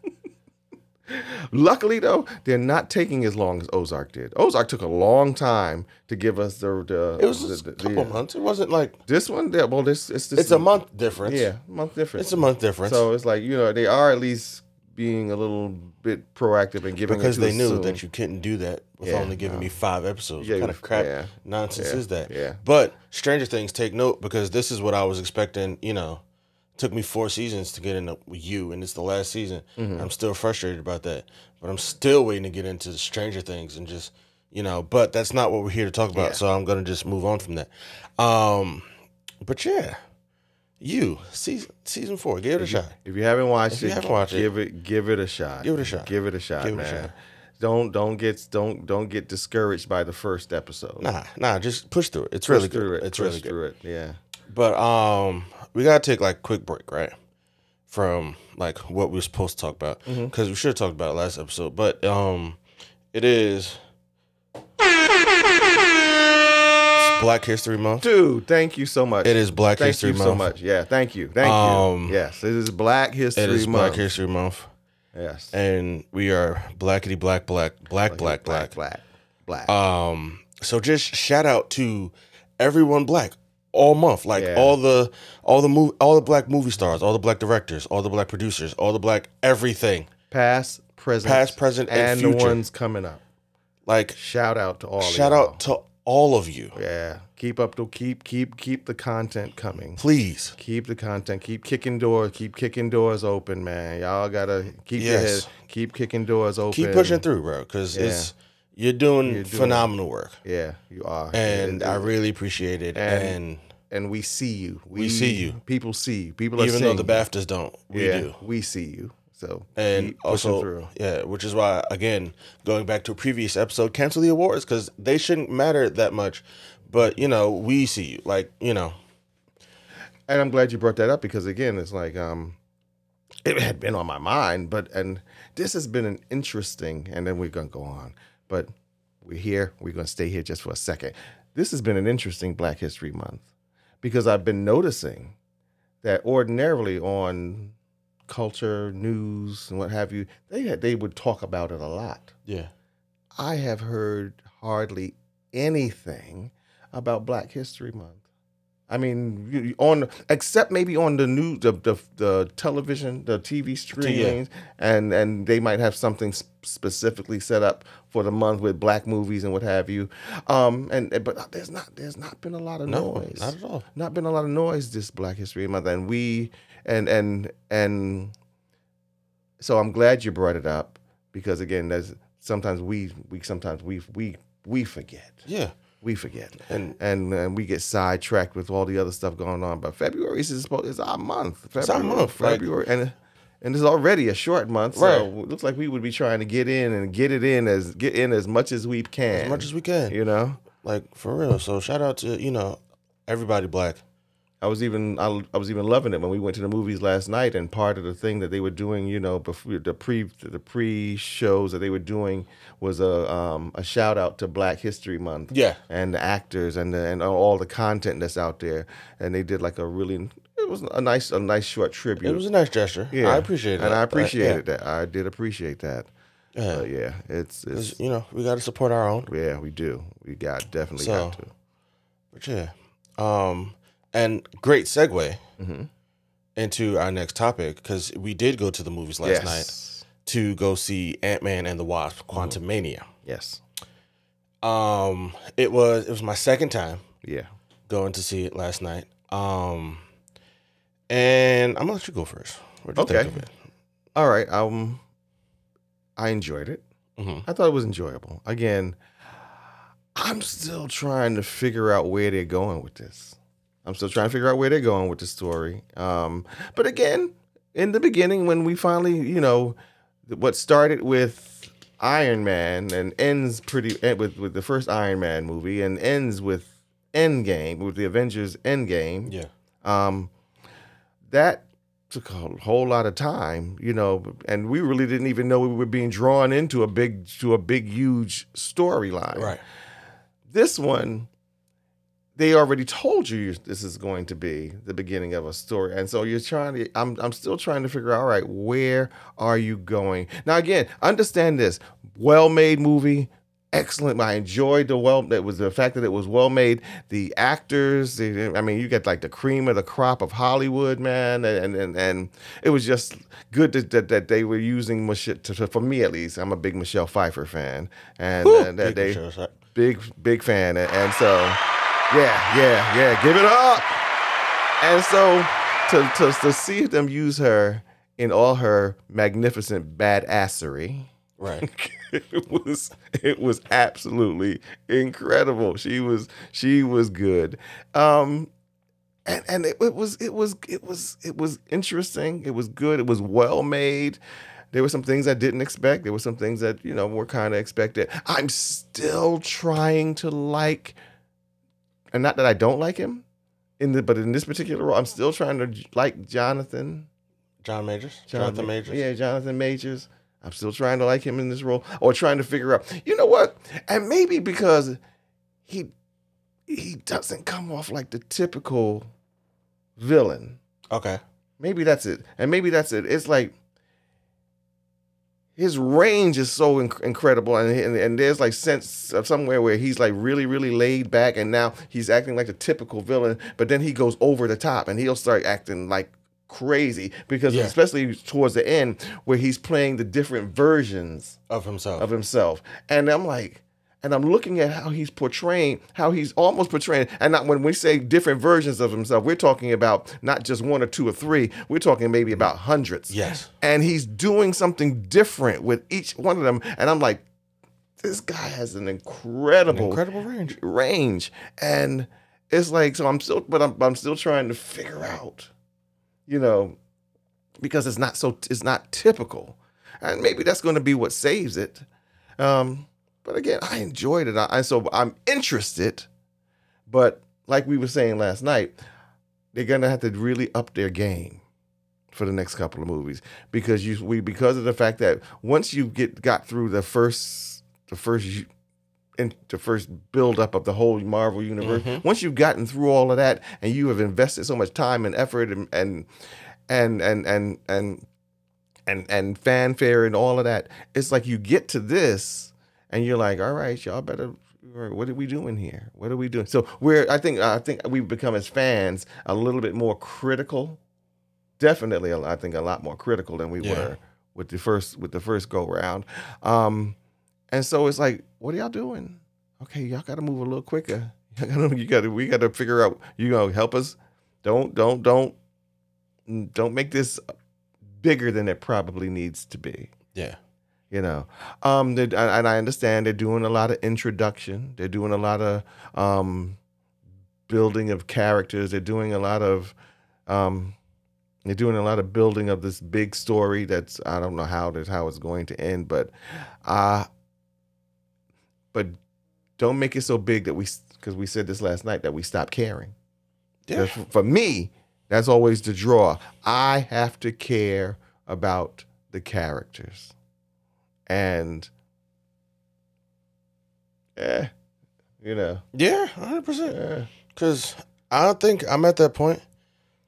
Speaker 2: Luckily though, they're not taking as long as Ozark did. Ozark took a long time to give us the. the
Speaker 1: It was
Speaker 2: the-
Speaker 1: just a
Speaker 2: the-
Speaker 1: couple
Speaker 2: yeah.
Speaker 1: months. It wasn't like
Speaker 2: This one, yeah, well, this it's this
Speaker 1: it's a month difference.
Speaker 2: Yeah, month difference.
Speaker 1: It's a month difference.
Speaker 2: So it's like you know they are at least being a little bit proactive and giving it
Speaker 1: because
Speaker 2: to
Speaker 1: they
Speaker 2: us
Speaker 1: knew
Speaker 2: soon.
Speaker 1: that you couldn't do that with
Speaker 2: Yeah,
Speaker 1: only giving me five episodes.
Speaker 2: Yeah,
Speaker 1: what kind of crap
Speaker 2: yeah,
Speaker 1: nonsense
Speaker 2: yeah,
Speaker 1: is that?
Speaker 2: yeah.
Speaker 1: But Stranger Things, take note because this is what I was expecting. You know, took me four seasons to get into you, and it's the last season.
Speaker 2: Mm-hmm.
Speaker 1: I'm still frustrated about that, but I'm still waiting to get into Stranger Things and just you know. But that's not what we're here to talk about. So I'm gonna just move on from that. Um, but yeah, you season season four, give it a shot.
Speaker 2: If you haven't watched
Speaker 1: you
Speaker 2: it,
Speaker 1: haven't watched it,
Speaker 2: give it give it a shot.
Speaker 1: give it a shot.
Speaker 2: Give it a shot,
Speaker 1: Give it a
Speaker 2: man.
Speaker 1: shot.
Speaker 2: Don't don't get don't don't get discouraged by the first episode.
Speaker 1: Nah, nah, just push through it. It's
Speaker 2: Push
Speaker 1: really
Speaker 2: through
Speaker 1: good.
Speaker 2: it.
Speaker 1: It's
Speaker 2: push
Speaker 1: really good.
Speaker 2: through it. Yeah.
Speaker 1: But um, we gotta take like a quick break, right? From like what we were supposed to talk about because
Speaker 2: Mm-hmm.
Speaker 1: we should have talked about it last episode. But um, it is It's Black History Month.
Speaker 2: Dude, thank you so much.
Speaker 1: It is Black
Speaker 2: Thank
Speaker 1: History
Speaker 2: you
Speaker 1: Month.
Speaker 2: so much. Yeah, thank you. Thank
Speaker 1: Um,
Speaker 2: you. Yes, it is Black History
Speaker 1: It is
Speaker 2: Month.
Speaker 1: Black History Month,
Speaker 2: yes.
Speaker 1: and we are blackety black black black black black.
Speaker 2: black, black, black.
Speaker 1: Um, so just shout out to everyone black all month, like
Speaker 2: Yeah.
Speaker 1: all the all the mov- all the black movie stars, all the black directors, all the black producers, all the black everything.
Speaker 2: past, present,
Speaker 1: past, present, and
Speaker 2: the
Speaker 1: future.
Speaker 2: ones coming up.
Speaker 1: Like
Speaker 2: Shout out to all. of
Speaker 1: shout
Speaker 2: y'all.
Speaker 1: out to all of you.
Speaker 2: Yeah, keep up to keep keep keep the content coming.
Speaker 1: Please.
Speaker 2: Keep the content. Keep kicking doors. Keep kicking doors open, man. Y'all gotta keep your
Speaker 1: Yes.
Speaker 2: head. Keep kicking doors open.
Speaker 1: Keep pushing through, bro, cuz it's you're doing, phenomenal work.
Speaker 2: Yeah, you are.
Speaker 1: And I really appreciate it. And,
Speaker 2: and we see you. We,
Speaker 1: see you.
Speaker 2: People see you. People are
Speaker 1: even though
Speaker 2: seeing
Speaker 1: the
Speaker 2: you.
Speaker 1: BAFTAs don't, we
Speaker 2: yeah,
Speaker 1: do.
Speaker 2: We see you. So
Speaker 1: And
Speaker 2: keep pushing
Speaker 1: also, yeah, which is why, again, going back to a previous episode, cancel the awards because they shouldn't matter that much. But, you know, we see you. Like, you know,
Speaker 2: and I'm glad you brought that up because again, it's like um, it had been on my mind, but and this has been an interesting, and then we're gonna go on. But we're here, we're gonna stay here just for a second. This has been an interesting Black History Month because I've been noticing that ordinarily on culture, news, and what have you, they had, they would talk about it a lot.
Speaker 1: Yeah.
Speaker 2: I have heard hardly anything about Black History Month. I mean, you- you- on except maybe on the news, the the, the television, the TV streamings, and and they might have something s- specifically set up for the month with black movies and what have you. Um, and but there's not there's not been a lot of
Speaker 1: No,
Speaker 2: noise
Speaker 1: not at all.
Speaker 2: not been a lot of noise this Black History Month, and we and and and so I'm glad you brought it up because again, there's sometimes we we sometimes we we we forget
Speaker 1: Yeah.
Speaker 2: we forget
Speaker 1: And
Speaker 2: and and we get sidetracked with all the other stuff going on. But February is supposed is our month. February,
Speaker 1: our month, like-
Speaker 2: February and. And it's already a short month, so
Speaker 1: Right.
Speaker 2: it looks like we would be trying to get in and get it in as get in as much as we can.
Speaker 1: as much as we can.
Speaker 2: you know.
Speaker 1: Like for real. So shout out to, you know, everybody black.
Speaker 2: I was even I, I was even loving it when we went to the movies last night, and part of the thing that they were doing, you know, before the pre the pre shows that they were doing was a um, a shout out to Black History Month,
Speaker 1: Yeah.
Speaker 2: and the actors and the, and all the content that's out there, and they did like a really it was a nice a nice short tribute.
Speaker 1: It was a nice gesture.
Speaker 2: yeah,
Speaker 1: I appreciate it.
Speaker 2: and I appreciated that. I did appreciate that.
Speaker 1: Yeah.
Speaker 2: But yeah, it's it's
Speaker 1: You know, we got to support our own.
Speaker 2: yeah, we do. We got definitely
Speaker 1: So-
Speaker 2: got to.
Speaker 1: But yeah. Um, and great segue
Speaker 2: Mhm.
Speaker 1: into our next topic because we did go to the movies last night
Speaker 2: yes.
Speaker 1: to go see Ant Man and the
Speaker 2: Mm-hmm.
Speaker 1: Wasp: Quantumania.
Speaker 2: Yes.
Speaker 1: Um, it was it was my second time
Speaker 2: Yeah.
Speaker 1: going to see it last night. Um, and I'm gonna let you go first. What'd you
Speaker 2: Okay.
Speaker 1: think of it?
Speaker 2: All right. Um, I enjoyed it.
Speaker 1: Mhm.
Speaker 2: I thought it was enjoyable. Again, I'm still trying to figure out where they're going with this. I'm still trying to figure out where they're going with the story. Um, but again, in the beginning, when we finally, you know, what started with Iron Man and ends pretty eh, with with the first Iron Man movie and ends with Endgame with the Avengers Endgame.
Speaker 1: Yeah.
Speaker 2: Um, that took a whole lot of time, you know, and we really didn't even know we were being drawn into a big to a big huge storyline.
Speaker 1: Right.
Speaker 2: This one, they already told you this is going to be the beginning of a story, and so you're trying to. I'm I'm still trying to figure out. All right, where are you going now? Again, understand this. Well made movie. Excellent. I enjoyed the well. That was the fact that it was well made. The actors. the- I mean, you got like the cream of the crop of Hollywood, man, and and and it was just good that that, that they were using Michelle. To, for me, at least, I'm a big Michelle Pfeiffer fan, and, and that they
Speaker 1: Sure, sure.
Speaker 2: big big fan and, and so yeah yeah yeah give it up and so to, to, to see them use her in all her magnificent badassery
Speaker 1: Right.
Speaker 2: it was it was absolutely incredible she was she was good um and and it, it was it was it was it was interesting. It was good. It was well made. There were some things I didn't expect. There were some things that you know were kind of expected. I'm still trying to like, and not that I don't like him, in the but in this particular role, I'm still trying to j- like Jonathan.
Speaker 1: John Majors.
Speaker 2: Jonathan-
Speaker 1: Jonathan Majors.
Speaker 2: Yeah, Jonathan Majors. I'm still trying to like him in this role, or trying to figure out. You know what? And maybe because he he doesn't come off like the typical villain.
Speaker 1: Okay.
Speaker 2: Maybe that's it. And maybe that's it. It's like his range is so inc- incredible and, and and there's like sense of somewhere where he's like really really laid back and now he's acting like a typical villain but then he goes over the top and he'll start acting like crazy because
Speaker 1: Yeah.
Speaker 2: especially towards the end where he's playing the different versions
Speaker 1: Of himself.
Speaker 2: of himself. And I'm like, and I'm looking at how he's portraying, how he's almost portraying, and not when we say different versions of himself, we're talking about not just one or two or three, we're talking maybe about hundreds.
Speaker 1: yes.
Speaker 2: And he's doing something different with each one of them. And I'm like, this guy has an
Speaker 1: An
Speaker 2: incredible,
Speaker 1: incredible range.
Speaker 2: range. And it's like, so I'm still, but I'm, I'm still trying to figure out, you know, because it's not so, it's not typical. And maybe that's going to be what saves it. Um, but again, I enjoyed it. I, I so I'm interested, but like we were saying last night, they're gonna have to really up their game for the next couple of movies because you we because of the fact that once you get got through the first the first u- in the first build up of the whole Marvel universe, once you've gotten through all of that and you have invested so much time and effort and and and and and and and, and fanfare and all of that, it's like you get to this and you're like, all right, y'all better. What are we doing here? What are we doing? So we're, I think, I think we've become as fans a little bit more critical definitely a lot- I think a lot more critical than we
Speaker 1: Yeah.
Speaker 2: were with the first with the first go round. Um, and so it's like, what are y'all doing? Okay, y'all got to move a little quicker. Y'all gotta, you got to we got to figure out you gonna help us. Don't don't don't don't make this bigger than it probably needs to be
Speaker 1: Yeah.
Speaker 2: you know um they, and and i understand they're doing a lot of introduction they're doing a lot of um building of characters they're doing a lot of um they're doing a lot of building of this big story that's i don't know how this how it's going to end but uh but don't make it so big that we because we said this last night that we stop caring
Speaker 1: Yeah.
Speaker 2: That's- for me that's always the draw i have to care about the characters and eh, you know,
Speaker 1: Yeah, 100%.
Speaker 2: eh,
Speaker 1: Cause I don't think I'm at that point.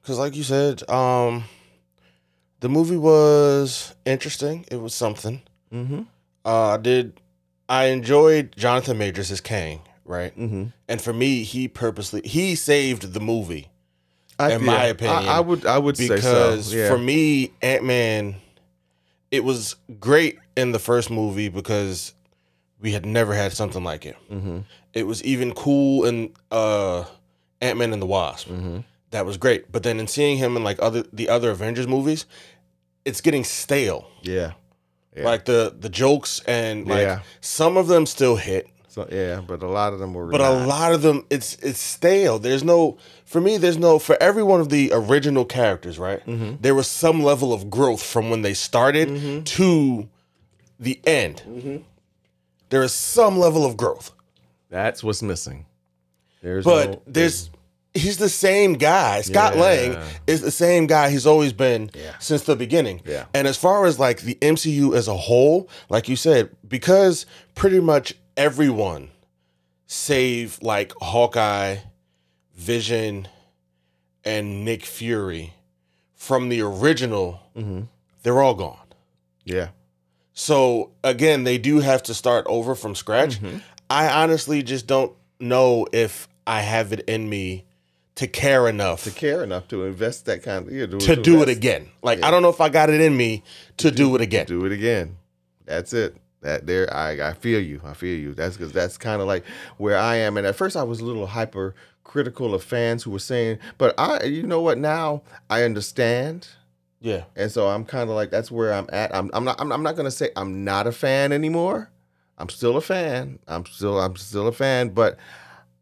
Speaker 1: Cause like you said, um, the movie was interesting. It was something.
Speaker 2: mm-hmm,
Speaker 1: Uh, I did. I enjoyed Jonathan Majors as Kang, right?
Speaker 2: mm-hmm.
Speaker 1: And for me, he purposely he saved the movie In my opinion,
Speaker 2: I, I would, I would say so.
Speaker 1: because
Speaker 2: Yeah.
Speaker 1: for me, Ant Man, it was great in the first movie because we had never had something like it.
Speaker 2: mm-hmm,
Speaker 1: It was even cool in uh, Ant Man and the Wasp.
Speaker 2: mm-hmm.
Speaker 1: that was great. But then in seeing him in like other the other Avengers movies, it's getting stale.
Speaker 2: yeah, Yeah.
Speaker 1: Like the the jokes and like
Speaker 2: Yeah.
Speaker 1: some of them still hit,
Speaker 2: so yeah, but a lot of them were,
Speaker 1: but
Speaker 2: not.
Speaker 1: a lot of them it's it's stale. There's no for me. There's no for every one of the original characters. Right,
Speaker 2: Mhm.
Speaker 1: there was some level of growth from when they started
Speaker 2: Mm-hmm.
Speaker 1: to the end. There is some level of growth,
Speaker 2: That's what's missing. There's,
Speaker 1: but
Speaker 2: no-
Speaker 1: there's. He's the same guy. Scott
Speaker 2: Yeah.
Speaker 1: Lang is the same guy he's always been
Speaker 2: Yeah.
Speaker 1: since the beginning.
Speaker 2: Yeah.
Speaker 1: And as far as like the MCU as a whole, like you said, because pretty much everyone save like Hawkeye, Vision, and Nick Fury from the original,
Speaker 2: Mhm.
Speaker 1: they're all gone.
Speaker 2: yeah,
Speaker 1: So again, they do have to start over from scratch. I honestly just don't know if I have it in me to care enough
Speaker 2: to care enough to invest that kind of yeah,
Speaker 1: to do it
Speaker 2: invest-
Speaker 1: again. Like I don't know if I got it in me to do it again.
Speaker 2: do it again. That's it. That there, I, I feel you. I feel you. That's because that's kind of like where I am. And at first, I was a little hyper critical of fans who were saying, but I, you know what? Now I understand,
Speaker 1: Yeah.
Speaker 2: and so I'm kind of like that's where I'm at. I'm, I'm not. I'm, I'm not gonna say I'm not a fan anymore. I'm still a fan. I'm still. I'm still a fan, but.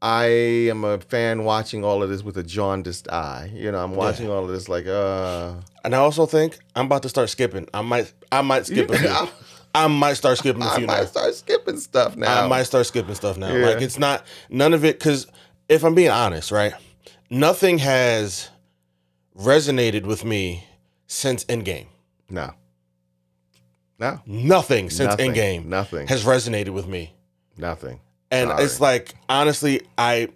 Speaker 2: I am a fan watching all of this with a jaundiced eye. You know, I'm watching all of this like, uh,
Speaker 1: And I also think I'm about to start skipping. I might I might skip a few.
Speaker 2: I,
Speaker 1: I might start skipping a
Speaker 2: I
Speaker 1: few
Speaker 2: might
Speaker 1: now.
Speaker 2: start skipping stuff now.
Speaker 1: I might start skipping stuff now.
Speaker 2: Yeah.
Speaker 1: Like it's not none of it cuz if I'm being honest, right? Nothing has resonated with me since Endgame.
Speaker 2: No. No.
Speaker 1: Nothing since
Speaker 2: nothing,
Speaker 1: Endgame
Speaker 2: Nothing.
Speaker 1: has resonated with me.
Speaker 2: nothing.
Speaker 1: And
Speaker 2: Sorry.
Speaker 1: it's like honestly, I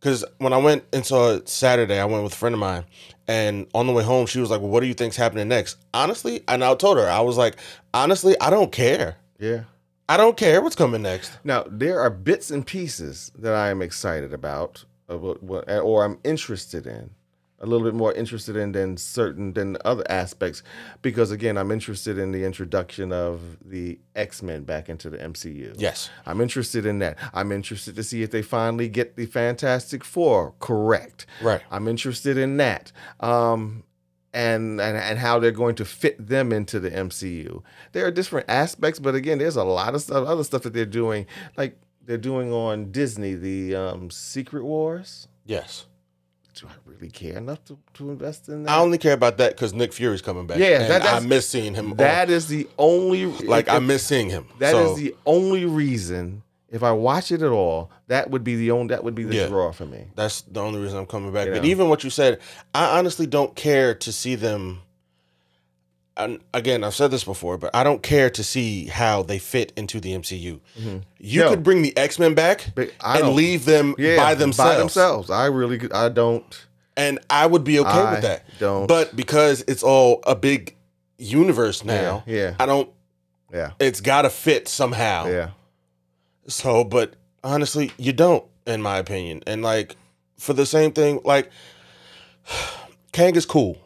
Speaker 1: because when I went and saw it Saturday, I went with a friend of mine, and on the way home, she was like, well, "What do you think's happening next?" Honestly, and I told her, I was like, "Honestly, I don't care.
Speaker 2: Yeah.
Speaker 1: I don't care what's coming next."
Speaker 2: Now there are bits and pieces that I am excited about, uh, of what- what- or I'm interested in, a little bit more interested in than certain than other aspects, because again, I'm interested in the introduction of the X Men back into the MCU.
Speaker 1: Yes,
Speaker 2: I'm interested in that. I'm interested to see if they finally get the Fantastic Four correct.
Speaker 1: right.
Speaker 2: I'm interested in that. Um, and, and and how they're going to fit them into the MCU. There are different aspects, but again, there's a lot of stuff, other stuff that they're doing, like they're doing on Disney, the um, Secret Wars.
Speaker 1: Yes,
Speaker 2: Do I really care enough to, to invest in
Speaker 1: I
Speaker 2: that?
Speaker 1: only care about that because Nick Fury's coming back.
Speaker 2: Yeah,
Speaker 1: and
Speaker 2: that-
Speaker 1: I
Speaker 2: that's-
Speaker 1: miss seeing him.
Speaker 2: That is the only
Speaker 1: on- like I
Speaker 2: if-
Speaker 1: miss seeing him.
Speaker 2: That is
Speaker 1: So,
Speaker 2: the only reason If I watch it at all, that would be the only that would be the
Speaker 1: Yeah.
Speaker 2: draw for me.
Speaker 1: That's the only reason I'm coming back. But
Speaker 2: Yeah.
Speaker 1: even what you said, I honestly don't care to see them. And again, I've said this before, but I don't care to see how they fit into the MCU. You
Speaker 2: No.
Speaker 1: could bring the X Men back
Speaker 2: But Mm-hmm. I
Speaker 1: and
Speaker 2: don't-
Speaker 1: leave them
Speaker 2: yeah,
Speaker 1: by themselves,
Speaker 2: By themselves, I really could- I don't.
Speaker 1: and I would be okay
Speaker 2: I
Speaker 1: with that.
Speaker 2: Don't.
Speaker 1: But because it's all a big universe now,
Speaker 2: yeah,
Speaker 1: I don't.
Speaker 2: yeah,
Speaker 1: It's got to fit somehow.
Speaker 2: yeah.
Speaker 1: So, but honestly, you don't, in my opinion. And like for the same thing, like Kang is cool.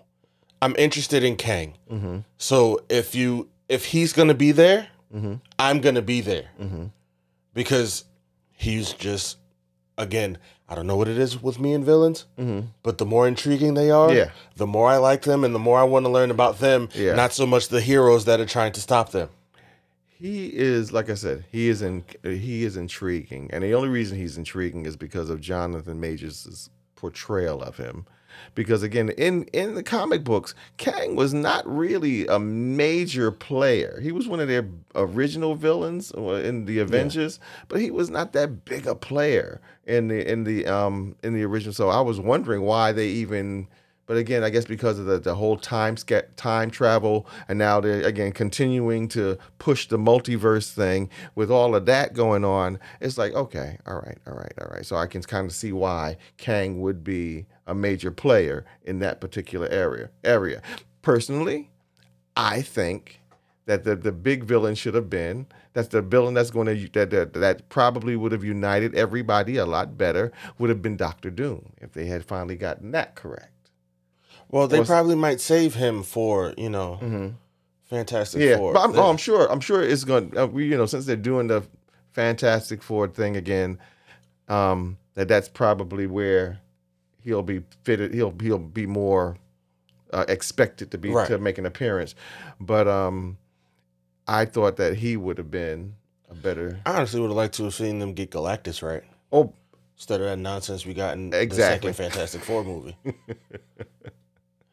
Speaker 1: I'm interested in Kang.
Speaker 2: Mm-hmm.
Speaker 1: So if you if he's gonna be there,
Speaker 2: Mm-hmm.
Speaker 1: I'm gonna be there
Speaker 2: Mm-hmm.
Speaker 1: because he's just again. I don't know what it is with me and villains,
Speaker 2: Mm-hmm.
Speaker 1: but the more intriguing they are,
Speaker 2: Yeah.
Speaker 1: the more I like them and the more I want to learn about them.
Speaker 2: Yeah.
Speaker 1: Not so much the heroes that are trying to stop them.
Speaker 2: He is, like I said, he is in, he is intriguing, and the only reason he's intriguing is because of Jonathan Majors' portrayal of him. Because again, in in the comic books, Kang was not really a major player. He was one of their original villains or in the Avengers, but he was not that big a player in the in the um in the original. So I was wondering why they even but again, I guess because of the, the whole time sca- time travel, and now they're again continuing to push the multiverse thing with all of that going on. It's like, okay, all right, all right, all right. So I can kind of see why Kang would be a major player in that particular area. Area, personally, I think that the, the big villain should have been that's the villain that's going to that, that that probably would have united everybody a lot better would have been Doctor Doom if they had finally gotten that correct.
Speaker 1: Well, they
Speaker 2: What's-
Speaker 1: probably might save him for you know Fantastic
Speaker 2: Yeah,
Speaker 1: Four.
Speaker 2: but I'm,
Speaker 1: They-
Speaker 2: oh, I'm sure. I'm sure it's going. Uh, we, you know, since they're doing the Fantastic Four thing again, um, that that's probably where he'll be fitted. He'll he'll be more uh, expected to be
Speaker 1: Right.
Speaker 2: to make an appearance. But um, I thought that he would have been a better.
Speaker 1: I honestly would have liked to have seen them get Galactus right
Speaker 2: Oh,
Speaker 1: instead of that nonsense we got in
Speaker 2: Exactly.
Speaker 1: the second Fantastic Four movie.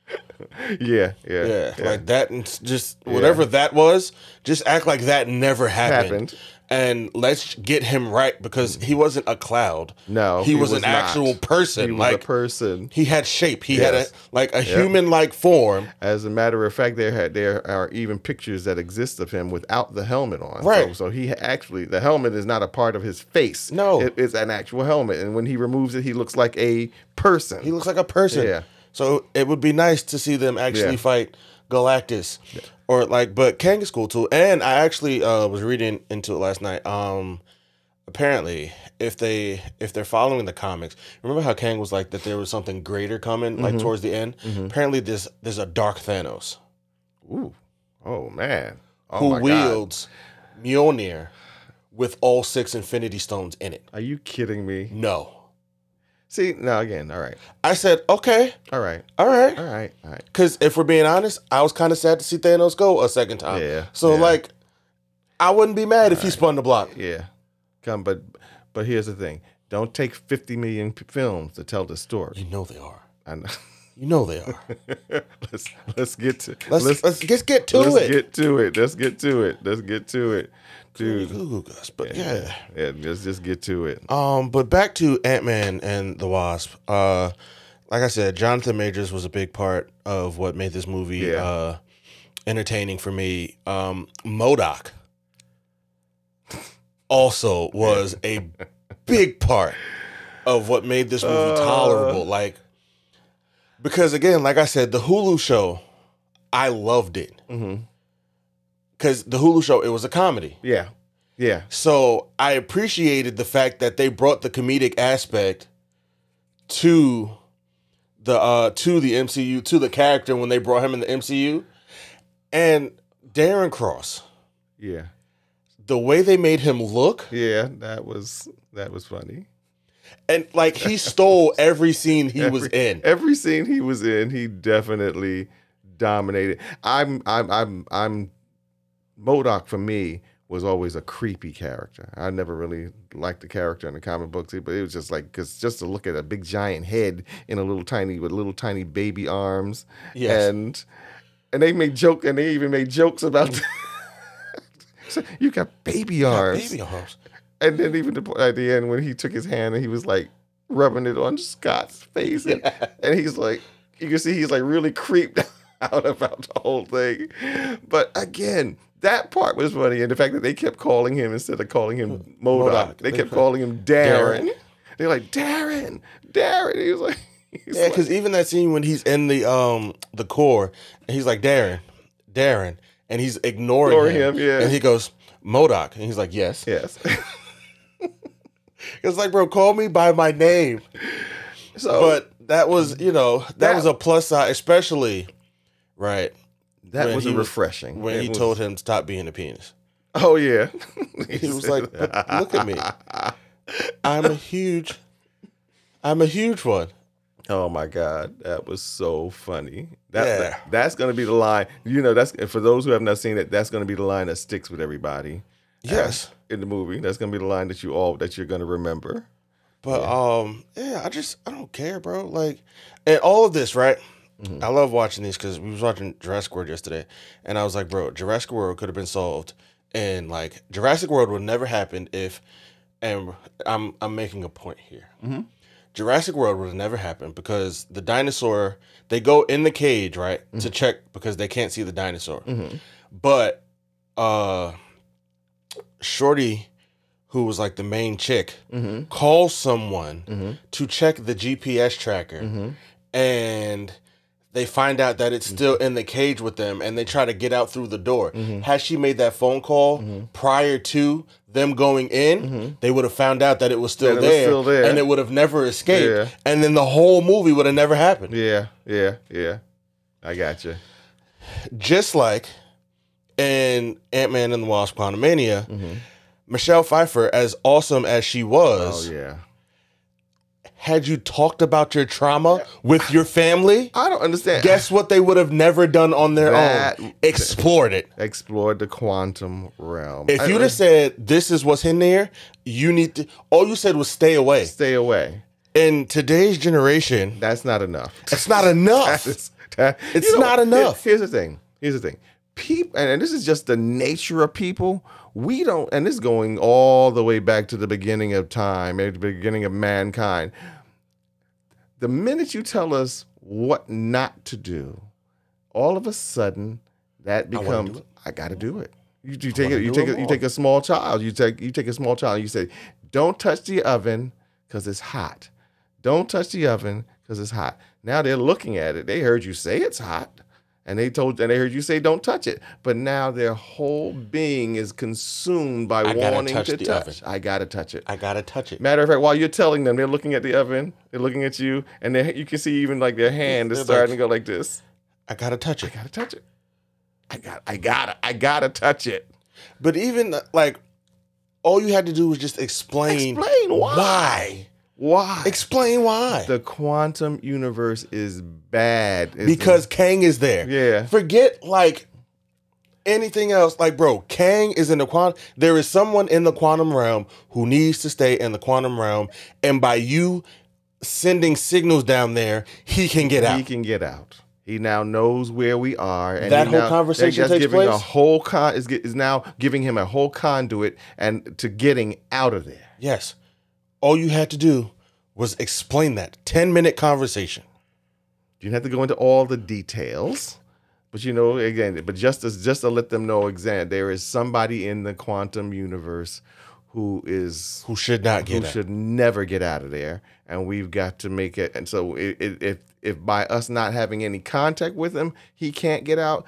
Speaker 2: yeah, yeah,
Speaker 1: Yeah,
Speaker 2: yeah.
Speaker 1: like that and s- just whatever that was, just act like that never happened.
Speaker 2: Happened.
Speaker 1: And let's get him right because he wasn't a cloud.
Speaker 2: No,
Speaker 1: he,
Speaker 2: he
Speaker 1: was,
Speaker 2: was
Speaker 1: an
Speaker 2: not.
Speaker 1: actual person.
Speaker 2: He was
Speaker 1: like
Speaker 2: a person.
Speaker 1: he had shape. He had a
Speaker 2: Yes.
Speaker 1: like a human like form.
Speaker 2: As a matter of fact, there had there are even pictures that exist of him without the helmet on.
Speaker 1: Right.
Speaker 2: So, so he actually the helmet is not a part of his face.
Speaker 1: No.
Speaker 2: It- it's an actual helmet, and when he removes it, he looks like a person.
Speaker 1: He looks like a person.
Speaker 2: Yeah.
Speaker 1: So it would be nice to see them actually
Speaker 2: Yeah.
Speaker 1: fight Galactus, or like, but Kang is cool too. And I actually uh, was reading into it last night. Um, apparently, if they if they're following the comics, remember how Kang was like that there was something greater coming,
Speaker 2: Mm-hmm.
Speaker 1: like towards the end. Apparently, this there's a dark Thanos
Speaker 2: Ooh. Oh man. Oh
Speaker 1: who
Speaker 2: my God.
Speaker 1: wields Mjolnir with all six Infinity Stones in it.
Speaker 2: Are you kidding me?
Speaker 1: No,
Speaker 2: See now again. All right.
Speaker 1: I said okay,
Speaker 2: All right.
Speaker 1: all right.
Speaker 2: All right. All right.
Speaker 1: Because if we're being honest, I was kind of sad to see Thanos go a second time.
Speaker 2: Yeah,
Speaker 1: So
Speaker 2: yeah.
Speaker 1: like, I wouldn't be mad if he spun the block.
Speaker 2: Yeah. Come, but but here's the thing. Don't take 50 million p- films to tell the story.
Speaker 1: You know they are.
Speaker 2: I know.
Speaker 1: You know they are.
Speaker 2: let's let's get to
Speaker 1: Let's let's, just get to
Speaker 2: Let's
Speaker 1: it.
Speaker 2: get to it. Let's get to it. Let's get to it, dude.
Speaker 1: Ooh, Gus, but yeah.
Speaker 2: Yeah, let's just get to it.
Speaker 1: Um, but back to Ant Man and the Wasp. Uh, like I said, Jonathan Majors was a big part of what made this movie
Speaker 2: Yeah.
Speaker 1: uh entertaining for me. Um, Modoc also was a big part of what made this movie
Speaker 2: Uh.
Speaker 1: tolerable. Like, because again, like I said, the Hulu show, I loved it
Speaker 2: Mm-hmm.
Speaker 1: because the Hulu show it was a comedy.
Speaker 2: Yeah, yeah,
Speaker 1: So I appreciated the fact that they brought the comedic aspect to the uh to the MCU to the character when they brought him in the MCU. And Darren Cross,
Speaker 2: yeah,
Speaker 1: the way they made him look
Speaker 2: yeah. That was that was funny.
Speaker 1: and like he stole every scene he was in.
Speaker 2: Every scene he was in, he definitely dominated. I'm I'm I'm I'm Modoc for me was always a creepy character. I never really liked the character in the comic books, but it was just like because just to look at a big giant head in a little tiny with little tiny baby arms,
Speaker 1: Yes.
Speaker 2: and and they made joke and they even made jokes about. So you got baby arms,
Speaker 1: Baby arms.
Speaker 2: and then even the, at the end when he took his hand and he was like rubbing it on Scott's face, and, and he's like, you can see he's like really creeped out about the whole thing. But again, that part was funny, and the fact that they kept calling him instead of calling him Modoc,
Speaker 1: Modoc.
Speaker 2: they
Speaker 1: They
Speaker 2: kept
Speaker 1: kept-
Speaker 2: calling him Darren.
Speaker 1: Darren.
Speaker 2: They're like Darren, Darren. He was like, he's
Speaker 1: Yeah,
Speaker 2: like-
Speaker 1: because even that scene when he's in the um the core, and he's like Darren, Darren, and he's ignoring
Speaker 2: Ignoring
Speaker 1: him,
Speaker 2: him, yeah.
Speaker 1: and he goes Modoc, and he's like yes.
Speaker 2: yes.
Speaker 1: It's like, bro, call me by my name.
Speaker 2: so,
Speaker 1: But that was, you know, that,
Speaker 2: Oh. That-
Speaker 1: was a plus side, especially right
Speaker 2: that
Speaker 1: when
Speaker 2: was
Speaker 1: he was-
Speaker 2: refreshing
Speaker 1: when
Speaker 2: It
Speaker 1: he
Speaker 2: was-
Speaker 1: told him to stop being a penis.
Speaker 2: Oh yeah,
Speaker 1: He was like, but look at me, I'm a huge, I'm a huge one.
Speaker 2: Oh my God, that was so funny. That,
Speaker 1: Yeah.
Speaker 2: that- that's gonna be the line. You know, that's for those who have not seen it. That's gonna be the line that sticks with everybody
Speaker 1: Yes,
Speaker 2: in the movie. That's gonna be the line that you all that you're gonna remember.
Speaker 1: But um, yeah, I just I don't care, bro. Like, and all of this, right? I love watching these because we was watching Jurassic World yesterday, and I was like, bro, Jurassic World could have been solved, and like Jurassic World would never happen if, and I'm I'm making a point here. Jurassic World would have never happened because the dinosaur they go in the cage right to check because they can't see the dinosaur, but uh, Shorty, who was like the main chick, call someone to check the GPS tracker,
Speaker 2: Mm-hmm.
Speaker 1: and they find out that
Speaker 2: Mm-hmm.
Speaker 1: it's still in the cage with them, and they try to get out through the door.
Speaker 2: Mm-hmm.
Speaker 1: Had she made that phone call prior to them going in, they would have found out that it was still,
Speaker 2: Mm-hmm. That it was
Speaker 1: there,
Speaker 2: still there.
Speaker 1: and it would have never escaped,
Speaker 2: Yeah.
Speaker 1: and then the whole movie would have never happened.
Speaker 2: Yeah, yeah, yeah. I got you.
Speaker 1: just like in Ant Man and the Wasp: Quantumania, Michelle Pfeiffer, as awesome as she
Speaker 2: Oh
Speaker 1: was,
Speaker 2: yeah.
Speaker 1: had you talked about your trauma with your family,
Speaker 2: I don't understand.
Speaker 1: guess what they would have never done on their
Speaker 2: That-
Speaker 1: own? Explored it.
Speaker 2: explored the quantum realm.
Speaker 1: If
Speaker 2: I-
Speaker 1: you'd have said this is what's in there, you need to. All you said was stay away.
Speaker 2: stay away,
Speaker 1: In today's generation,
Speaker 2: that's not enough.
Speaker 1: it's not enough.
Speaker 2: It's, that-
Speaker 1: It's not
Speaker 2: here-
Speaker 1: enough.
Speaker 2: here's the thing. Here's the thing. People, and, and this is just the nature of people. We don't, and this is going all the way back to the beginning of time, at the beginning of mankind. The minute you tell us what not to do, all of a sudden that
Speaker 1: wanna
Speaker 2: becomes
Speaker 1: do
Speaker 2: I, gotta do it. You, you take
Speaker 1: wanna
Speaker 2: it. You
Speaker 1: do
Speaker 2: take
Speaker 1: it
Speaker 2: a, you
Speaker 1: more.
Speaker 2: take a small child. You take you take a small child. You say, "Don't touch the oven because it's hot." Don't touch the oven because it's hot. Now they're looking at it. They heard you say it's hot, and they told and they heard you say don't touch it. But now their whole being is consumed by
Speaker 1: I gotta
Speaker 2: wanting
Speaker 1: touch
Speaker 2: to
Speaker 1: the
Speaker 2: touch.
Speaker 1: oven.
Speaker 2: I gotta touch it.
Speaker 1: I gotta touch it.
Speaker 2: Matter of fact, while you're telling them, they're looking at the oven. They're looking at you, and they, you can see even like their hand is
Speaker 1: They're
Speaker 2: starting
Speaker 1: like-
Speaker 2: to go like this.
Speaker 1: I gotta touch it.
Speaker 2: I gotta touch it. I got. I gotta. I gotta touch it.
Speaker 1: But even uh, like, all you had to do was just explain.
Speaker 2: Explain why.
Speaker 1: why.
Speaker 2: Why?
Speaker 1: Explain why.
Speaker 2: the quantum universe is bad It's-
Speaker 1: because Kang is there.
Speaker 2: yeah.
Speaker 1: Forget like anything else. Like, bro, Kang is in the quantum. There is someone in the quantum realm who needs to stay in the quantum realm, and by you sending signals down there, he can get
Speaker 2: He
Speaker 1: out.
Speaker 2: can get out. He now knows where we are. And
Speaker 1: That
Speaker 2: he
Speaker 1: whole
Speaker 2: now-
Speaker 1: conversation
Speaker 2: and that's
Speaker 1: takes
Speaker 2: giving A
Speaker 1: place?
Speaker 2: whole con is, ge- is now giving him a whole conduit and to getting out of there.
Speaker 1: Yes. All you had to do was explain that ten minute conversation.
Speaker 2: You don't have to go into all the details, but you know, again, but just as just to let them know, exact there is somebody in the quantum universe who is
Speaker 1: Who should not get
Speaker 2: who
Speaker 1: out?
Speaker 2: should never get out of there, and we've got to make it. And so, it, it, if if by us not having any contact with him, he can't get out.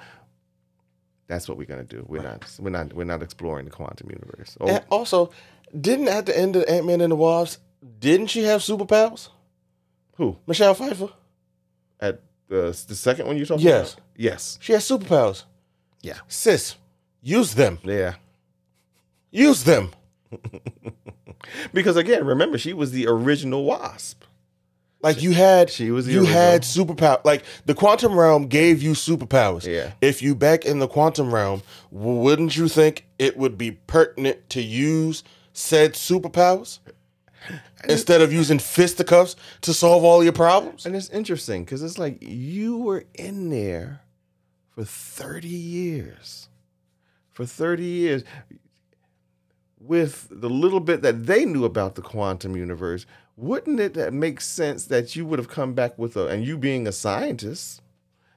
Speaker 2: That's what we're gonna do. We're not. We're not. We're not exploring the quantum universe. Oh,
Speaker 1: And also, didn't at the end of Ant Man and the Wasp, didn't she have superpowers?
Speaker 2: who
Speaker 1: Michelle Pfeiffer,
Speaker 2: at the, the second one you talking
Speaker 1: Yes.
Speaker 2: about? Yes.
Speaker 1: she has superpowers.
Speaker 2: Yeah.
Speaker 1: sis, use them.
Speaker 2: Yeah.
Speaker 1: Use them.
Speaker 2: Because again, remember, she was the original wasp.
Speaker 1: Like you had,
Speaker 2: she was the
Speaker 1: you
Speaker 2: original.
Speaker 1: had superpower. Like the quantum realm gave you superpowers.
Speaker 2: Yeah.
Speaker 1: If you back in the quantum realm, w- wouldn't you think it would be pertinent to use said superpowers instead of using fisticuffs to solve all your problems?
Speaker 2: And it's interesting because it's like you were in there for 30 years. For 30 years. with the little bit that they knew about the quantum universe, wouldn't it that make sense that you would have come back with a, and you being a scientist,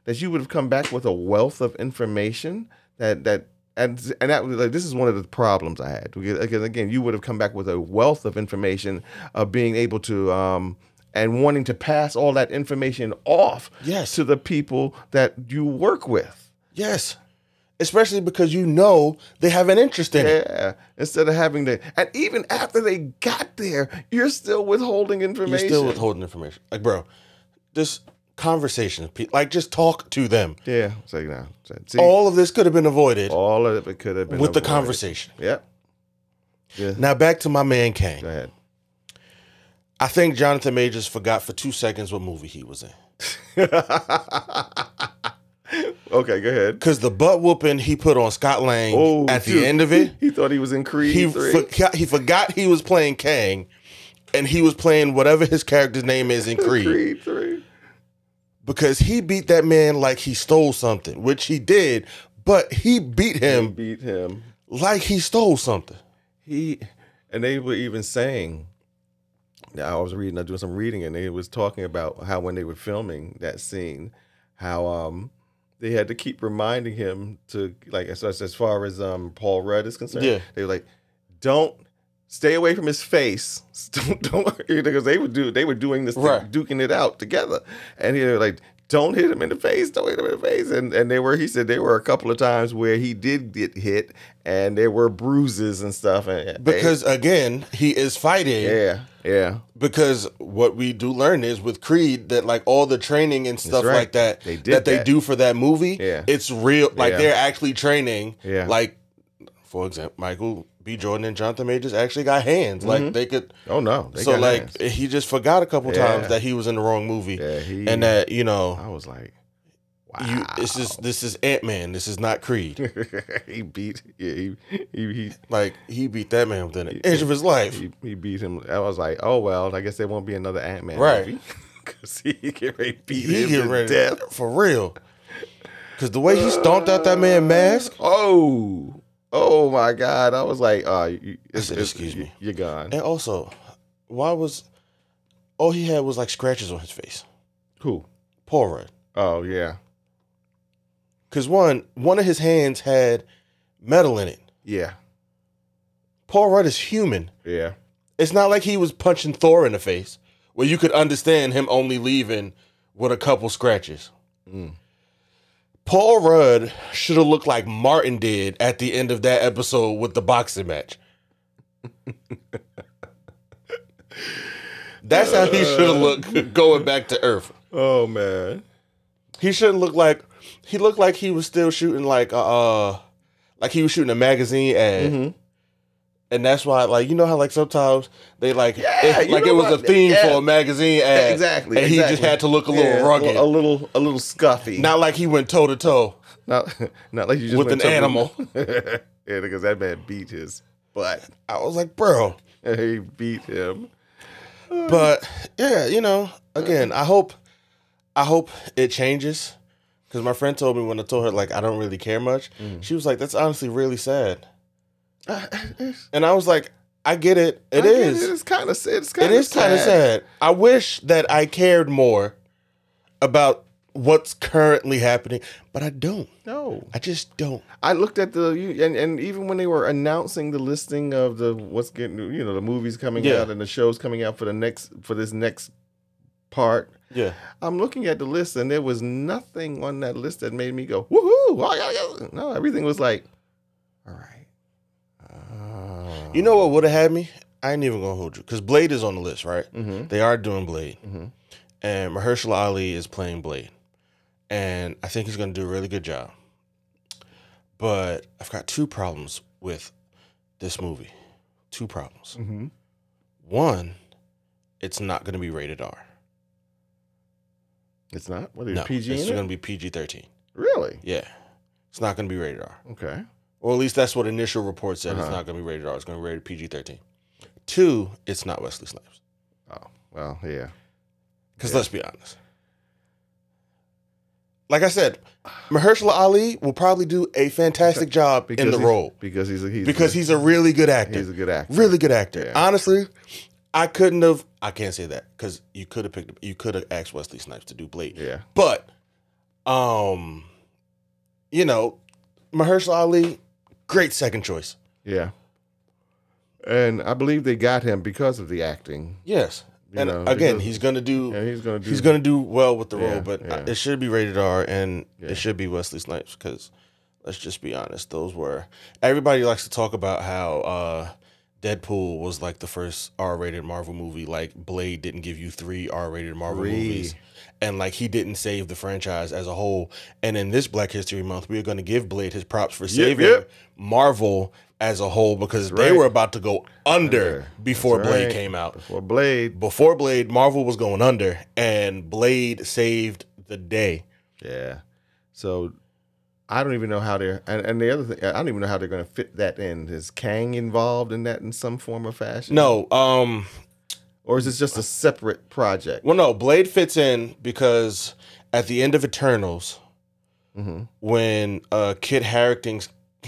Speaker 2: that you would have come back with a wealth of information that, that, and, and that was like, this is one of the problems I had because because, again you would have come back with a wealth of information of being able to um, and wanting to pass all that information off
Speaker 1: Yes.
Speaker 2: to the people that you work with.
Speaker 1: Yes. Especially because you know they have an interest in it.
Speaker 2: Yeah. Instead of having to, and even after they got there, you're still withholding
Speaker 1: You're
Speaker 2: information.
Speaker 1: still withholding information. Like, bro, just conversations, pe- like just talk to them.
Speaker 2: yeah. It's like now, see,
Speaker 1: All of this could have been avoided
Speaker 2: all of it could have been
Speaker 1: with the
Speaker 2: avoided.
Speaker 1: conversation.
Speaker 2: Yep. Yeah.
Speaker 1: Now back to my man Kane.
Speaker 2: Go ahead.
Speaker 1: I think Jonathan Majors forgot for two seconds what movie he was in.
Speaker 2: Okay. Go ahead.
Speaker 1: Because the butt whooping he put on Scott Lang
Speaker 2: Oh,
Speaker 1: at the
Speaker 2: dude.
Speaker 1: end of it,
Speaker 2: He thought he was in Creed
Speaker 1: he
Speaker 2: three.
Speaker 1: forgot, he forgot he was playing Kang and he was playing whatever his character's name is in Creed.
Speaker 2: Creed three.
Speaker 1: Because he beat that man like he stole something, which he did, but he beat him
Speaker 2: Beat him.
Speaker 1: like he stole something.
Speaker 2: he and they were even saying i was reading i was doing some reading and they was talking about how when they were filming that scene how um they had to keep reminding him to like as, as as far as um paul rudd is concerned
Speaker 1: Yeah.
Speaker 2: they were like don't stay away from his face don't don't because they would do they were doing this thing,
Speaker 1: Right.
Speaker 2: duking it out together and he was like don't hit him in the face don't hit him in the face and and they were he said there were a couple of times where he did get hit and there were bruises and stuff and
Speaker 1: Because again, he is fighting.
Speaker 2: yeah yeah
Speaker 1: because what we do learn is with Creed that like all the training and stuff
Speaker 2: right.
Speaker 1: like that
Speaker 2: They did
Speaker 1: that they
Speaker 2: that.
Speaker 1: do for that movie,
Speaker 2: Yeah.
Speaker 1: it's real. Like
Speaker 2: Yeah.
Speaker 1: they're actually training.
Speaker 2: Yeah.
Speaker 1: Like for example, Michael B. Jordan and Jonathan Majors actually got hands. Like they could.
Speaker 2: oh no they
Speaker 1: so
Speaker 2: got
Speaker 1: like
Speaker 2: names.
Speaker 1: he just forgot a couple
Speaker 2: Yeah.
Speaker 1: times that he was in the wrong movie
Speaker 2: yeah he
Speaker 1: and that you know
Speaker 2: i was like
Speaker 1: you
Speaker 2: wow
Speaker 1: this is this is Ant Man. This is not Creed.
Speaker 2: he beat yeah he he, he
Speaker 1: like he beat that man within an inch of his life.
Speaker 2: he, he beat him. I was like, oh well, I guess there won't be another Ant Man,
Speaker 1: Right.
Speaker 2: Because he get ready to beat
Speaker 1: He
Speaker 2: him
Speaker 1: get
Speaker 2: to
Speaker 1: ready
Speaker 2: death.
Speaker 1: for real. Cause the way he stomped out that man mask.
Speaker 2: Oh, oh my God! I was like, uh, you,
Speaker 1: said, "Excuse me."
Speaker 2: you're gone.
Speaker 1: And also, why was all he had was like scratches on his face?
Speaker 2: Who?
Speaker 1: Paul Rudd.
Speaker 2: Oh yeah,
Speaker 1: Cause one one of his hands had metal in it.
Speaker 2: yeah,
Speaker 1: Paul Rudd is human.
Speaker 2: yeah.
Speaker 1: It's not like he was punching Thor in the face, where you could understand him only leaving with a couple scratches.
Speaker 2: Mm.
Speaker 1: Paul Rudd should have looked like Martin did at the end of that episode with the boxing match. That's how he should have looked going back to Earth.
Speaker 2: Oh man.
Speaker 1: He shouldn't look like he looked like he was still shooting like uh uh, like he was shooting a magazine ad.
Speaker 2: Mm-hmm.
Speaker 1: And that's why, like, you know how, like, sometimes they, like,
Speaker 2: Yeah,
Speaker 1: it-
Speaker 2: you
Speaker 1: like
Speaker 2: know
Speaker 1: it was
Speaker 2: what?
Speaker 1: a theme
Speaker 2: Yeah.
Speaker 1: for a magazine ad.
Speaker 2: Exactly.
Speaker 1: And he just
Speaker 2: exactly.
Speaker 1: had to look a little
Speaker 2: Yeah, oh.
Speaker 1: rugged.
Speaker 2: a little, a little scuffy.
Speaker 1: Not like he went toe to toe.
Speaker 2: not, not like you just
Speaker 1: With
Speaker 2: went
Speaker 1: an
Speaker 2: to-
Speaker 1: animal.
Speaker 2: yeah, because that man beat his butt.
Speaker 1: I was like, bro.
Speaker 2: he beat him.
Speaker 1: But, yeah, you know, again, I hope, I hope it changes. Because my friend told me when I told her, like, I don't really care much,
Speaker 2: Mm.
Speaker 1: she was like, that's honestly really sad. And I was like, I get it. Uh, It
Speaker 2: I get
Speaker 1: is.
Speaker 2: It's kind of sad. It's
Speaker 1: It
Speaker 2: kind of
Speaker 1: is kind of sad. I wish that I cared more about what's currently happening, but I don't.
Speaker 2: No.
Speaker 1: I just don't.
Speaker 2: I looked at the you- and, and even when they were announcing the listing of the what's getting you know the movies coming
Speaker 1: Yeah.
Speaker 2: out and the shows coming out for the next for this next part,
Speaker 1: Yeah.
Speaker 2: I'm looking at the list and there was nothing on that list that made me go woohoo! Oh, yeah, yeah." No, everything was like, all right. Uh,
Speaker 1: You know what would have had me? I ain't even gonna hold you because Blade is on the list, right?
Speaker 2: Mm-hmm.
Speaker 1: They are doing Blade,
Speaker 2: Mhm.
Speaker 1: and Mahershala Ali is playing Blade, and I think he's gonna do a really good job. But I've got two problems with this movie. Two problems.
Speaker 2: Mm-hmm.
Speaker 1: One, it's not gonna be rated R.
Speaker 2: It's not. What are
Speaker 1: No,
Speaker 2: PG?
Speaker 1: it's
Speaker 2: in it?
Speaker 1: gonna be PG thirteen.
Speaker 2: Really?
Speaker 1: Yeah. It's not going to be rated R.
Speaker 2: Okay.
Speaker 1: Or at least that's what initial report said. It's
Speaker 2: Uh-huh.
Speaker 1: not going to be rated R. It's going to be rated PG 13. Two, it's not Wesley Snipes.
Speaker 2: Oh well, yeah.
Speaker 1: Because
Speaker 2: Yeah.
Speaker 1: let's be honest. like I said, Mahershala Ali will probably do a fantastic job in the
Speaker 2: he's-
Speaker 1: role
Speaker 2: because he's a, he's
Speaker 1: because he's a really good actor.
Speaker 2: he's a good actor.
Speaker 1: really good actor.
Speaker 2: Yeah.
Speaker 1: Honestly, I couldn't have. I can't say that because you could have picked. You could have asked Wesley Snipes to do Blade,
Speaker 2: yeah.
Speaker 1: but, um, you know, Mahershala Ali, great second choice.
Speaker 2: Yeah. And I believe they got him because of the acting.
Speaker 1: Yes,
Speaker 2: You
Speaker 1: and
Speaker 2: know,
Speaker 1: again,
Speaker 2: because-
Speaker 1: he's gonna do.
Speaker 2: And he's gonna do
Speaker 1: He's gonna do well with the
Speaker 2: Yeah,
Speaker 1: role, but uh,
Speaker 2: yeah.
Speaker 1: it should be rated R, and
Speaker 2: Yeah.
Speaker 1: it should be Wesley Snipes. Because let's just be honest, those were everybody likes to talk about how uh, Deadpool was like the first R-rated Marvel movie. Like Blade didn't give you three R-rated Marvel
Speaker 2: Three.
Speaker 1: movies, and like he didn't save the franchise as a whole. And in this Black History Month, we are gonna give Blade his props for saving
Speaker 2: yep.
Speaker 1: Marvel as a whole because they
Speaker 2: right.
Speaker 1: were about to go under
Speaker 2: Under.
Speaker 1: before
Speaker 2: That's
Speaker 1: Blade
Speaker 2: right.
Speaker 1: came out
Speaker 2: for Blade.
Speaker 1: before Blade, Marvel was going under, and Blade saved the day.
Speaker 2: Yeah. So I don't even know how they're and, and the other thing I don't even know how they're gonna fit that in. Is Kang involved in that in some form or fashion?
Speaker 1: No, um,
Speaker 2: Or is this just a separate project?
Speaker 1: well, no, Blade fits in because at the end of Eternals,
Speaker 2: Mhm.
Speaker 1: when uh, Kit Harrington's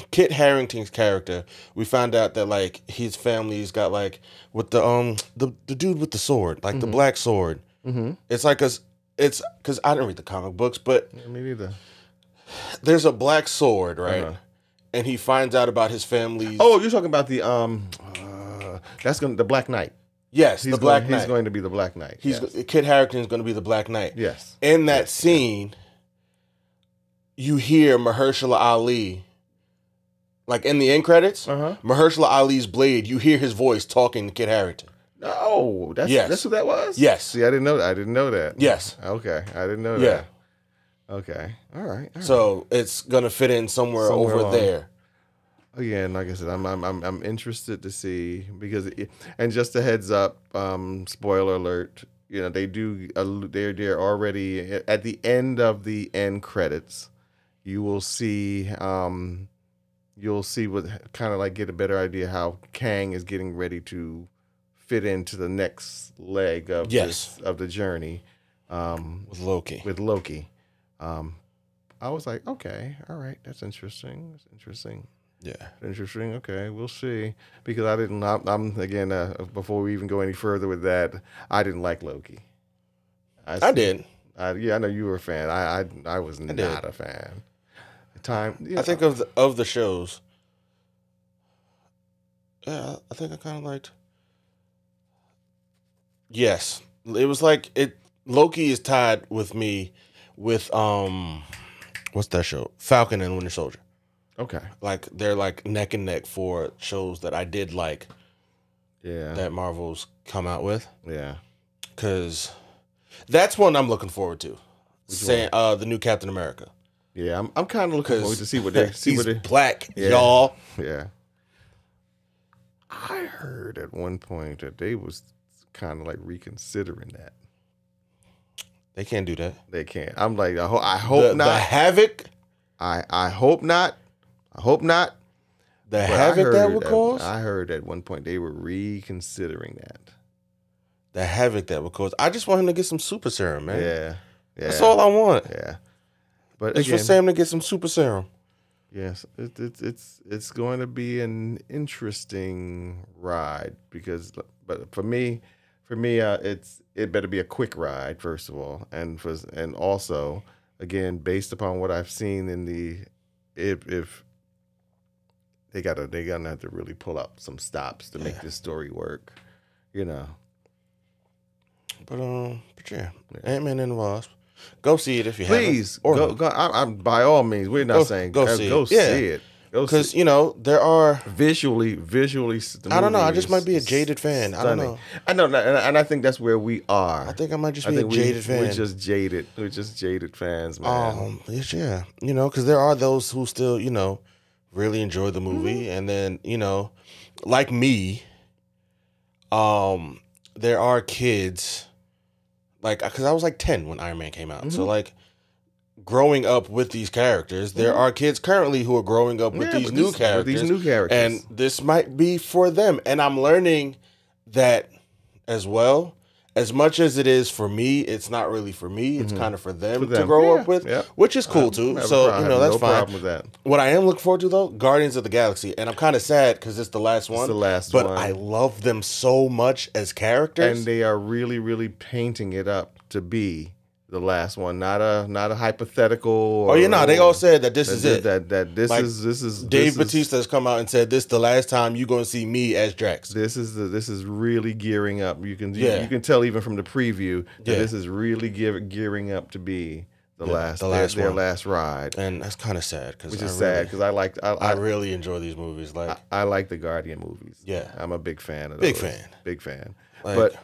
Speaker 1: Kit Harrington's character, we found out that like his family's got like with the um the the dude with the sword, like the black sword.
Speaker 2: Mm-hmm.
Speaker 1: It's like a s- it's because I didn't read the comic books, but
Speaker 2: Me neither.
Speaker 1: there's a black sword, right?
Speaker 2: Uh-huh.
Speaker 1: And he finds out about his family's.
Speaker 2: Oh, you're talking about the um uh, that's gonna the Black Knight.
Speaker 1: yes,
Speaker 2: He's
Speaker 1: the Black
Speaker 2: going,
Speaker 1: Knight.
Speaker 2: He's going to be the Black Knight.
Speaker 1: He's
Speaker 2: yes.
Speaker 1: Kid Harrington is going to be the Black Knight.
Speaker 2: yes.
Speaker 1: In that scene, you hear Mahershala Ali, like in the end credits,
Speaker 2: Uh-huh.
Speaker 1: Mahershala Ali's blade. You hear his voice talking to Kid Harrington.
Speaker 2: Oh, that's
Speaker 1: Yes.
Speaker 2: that's who that was?
Speaker 1: Yes.
Speaker 2: See, I didn't know that. I didn't know that.
Speaker 1: Yes.
Speaker 2: Okay. I didn't know
Speaker 1: Yeah.
Speaker 2: that. Okay. All right. all right.
Speaker 1: So it's gonna fit in somewhere,
Speaker 2: Somewhere
Speaker 1: over
Speaker 2: along.
Speaker 1: there.
Speaker 2: Oh, yeah, and like I said, I'm I'm I'm, I'm interested to see because it, and just a heads up, um, spoiler alert. You know they do. allu- They're they're already at the end of the end credits. You will see. Um, you'll see what kind of like get a better idea how Kang is getting ready to fit into the next leg of
Speaker 1: Yes.
Speaker 2: this, of the journey. Um,
Speaker 1: with Loki.
Speaker 2: with Loki. Um, I was like, okay, all right, that's interesting. That's interesting.
Speaker 1: Yeah.
Speaker 2: Interesting. Okay, we'll see. Because I didn't. I'm, I'm again. Uh, before we even go any further with that, I didn't like Loki.
Speaker 1: I did.
Speaker 2: I, yeah, I know you were a fan. I I, I was
Speaker 1: did.
Speaker 2: not a fan. Time. Yeah,
Speaker 1: I think uh, of the, of the shows. Yeah, I think I kind of liked. Yes, it was like it. Loki is tied with me, with um, what's that show? Falcon and Winter Soldier.
Speaker 2: Okay.
Speaker 1: Like they're like neck and neck for shows that I did like
Speaker 2: Yeah.
Speaker 1: that Marvel's come out with,
Speaker 2: yeah.
Speaker 1: cause that's one I'm looking forward to. Saying uh, the new Captain America,
Speaker 2: Yeah. I'm, I'm kind of looking
Speaker 1: cause
Speaker 2: forward to see what they see
Speaker 1: he's
Speaker 2: what they.
Speaker 1: black,
Speaker 2: Yeah.
Speaker 1: y'all.
Speaker 2: Yeah. I heard at one point that they was kind of like reconsidering that.
Speaker 1: They can't do that.
Speaker 2: They can't. I'm like, I, ho- I hope
Speaker 1: the, the
Speaker 2: not.
Speaker 1: havoc
Speaker 2: I, I hope not. I hope not.
Speaker 1: the
Speaker 2: But I
Speaker 1: havoc that
Speaker 2: heard
Speaker 1: would
Speaker 2: at-
Speaker 1: cause
Speaker 2: I heard at one point they were reconsidering that.
Speaker 1: the havoc that would cause i just want him to get some super serum man
Speaker 2: Yeah. Yeah.
Speaker 1: that's all i want
Speaker 2: Yeah. But
Speaker 1: it's
Speaker 2: again,
Speaker 1: for sam to get some super serum
Speaker 2: yes, it, it's it's it's going to be an interesting ride because, but for me, for me, uh, it's it better be a quick ride first of all, and for and also again based upon what I've seen in the if if they gotta they gonna have to really pull up some stops to make
Speaker 1: Yeah.
Speaker 2: this story work, you know.
Speaker 1: but um but yeah,
Speaker 2: Yeah.
Speaker 1: ant-man and the wasp go see it if you
Speaker 2: Please
Speaker 1: haven't
Speaker 2: go go. I, I'm by all means. We're not
Speaker 1: Go-
Speaker 2: saying
Speaker 1: go
Speaker 2: go,
Speaker 1: see it.
Speaker 2: go see
Speaker 1: Yeah.
Speaker 2: it. Go see
Speaker 1: because you know there are
Speaker 2: visually, visually. s- the
Speaker 1: I don't know, I
Speaker 2: movie
Speaker 1: just
Speaker 2: is
Speaker 1: might be a jaded fan. I don't know.
Speaker 2: I know, and I, and I think that's where we are.
Speaker 1: i think i might just
Speaker 2: I
Speaker 1: be a
Speaker 2: think we,
Speaker 1: jaded fan
Speaker 2: We're just jaded. We're just jaded fans, man.
Speaker 1: um yes, yeah you know because there are those who still you know really enjoy the movie and then you know like me um there are kids like because i was like 10 when iron man came out so like growing up with these characters there are kids currently who are growing up Mm-hmm. Oh, with
Speaker 2: Yeah,
Speaker 1: these
Speaker 2: but
Speaker 1: new
Speaker 2: this- but
Speaker 1: characters
Speaker 2: these new characters.
Speaker 1: and this might be for them and i'm learning that as well as much as it is for me, it's not really for me. It's kind of for them,
Speaker 2: Mm-hmm. For
Speaker 1: to
Speaker 2: them.
Speaker 1: grow
Speaker 2: Yeah,
Speaker 1: up with,
Speaker 2: yeah.
Speaker 1: which is cool
Speaker 2: I don't
Speaker 1: too.
Speaker 2: have a
Speaker 1: So
Speaker 2: problem-
Speaker 1: you know
Speaker 2: I have
Speaker 1: that's
Speaker 2: no
Speaker 1: fine.
Speaker 2: problem with that.
Speaker 1: What I am looking forward to though, Guardians of the Galaxy, and I'm kind of sad because it's the last one.
Speaker 2: the last
Speaker 1: but
Speaker 2: one.
Speaker 1: I love them so much as characters.
Speaker 2: and they are really really painting it up to be the last one not a not a hypothetical or,
Speaker 1: oh, you know, they all said that this
Speaker 2: that,
Speaker 1: is it.
Speaker 2: that that this
Speaker 1: Like,
Speaker 2: is this is
Speaker 1: Dave
Speaker 2: this is-
Speaker 1: Batista has come out and said this the last time you're going to see me as Drax.
Speaker 2: this is the, this is really gearing up you can you,
Speaker 1: Yeah.
Speaker 2: you can tell even from the preview that
Speaker 1: Yeah.
Speaker 2: this is really gear, gearing up to be the last
Speaker 1: the
Speaker 2: their-
Speaker 1: last
Speaker 2: their,
Speaker 1: one.
Speaker 2: last ride
Speaker 1: And that's kind of sad because
Speaker 2: which
Speaker 1: I
Speaker 2: is
Speaker 1: really,
Speaker 2: sad because i like I,
Speaker 1: I
Speaker 2: I,
Speaker 1: really enjoy these movies. Like,
Speaker 2: I like the guardian movies
Speaker 1: Yeah.
Speaker 2: i'm a big fan of
Speaker 1: Big
Speaker 2: those.
Speaker 1: fan.
Speaker 2: big fan
Speaker 1: like
Speaker 2: but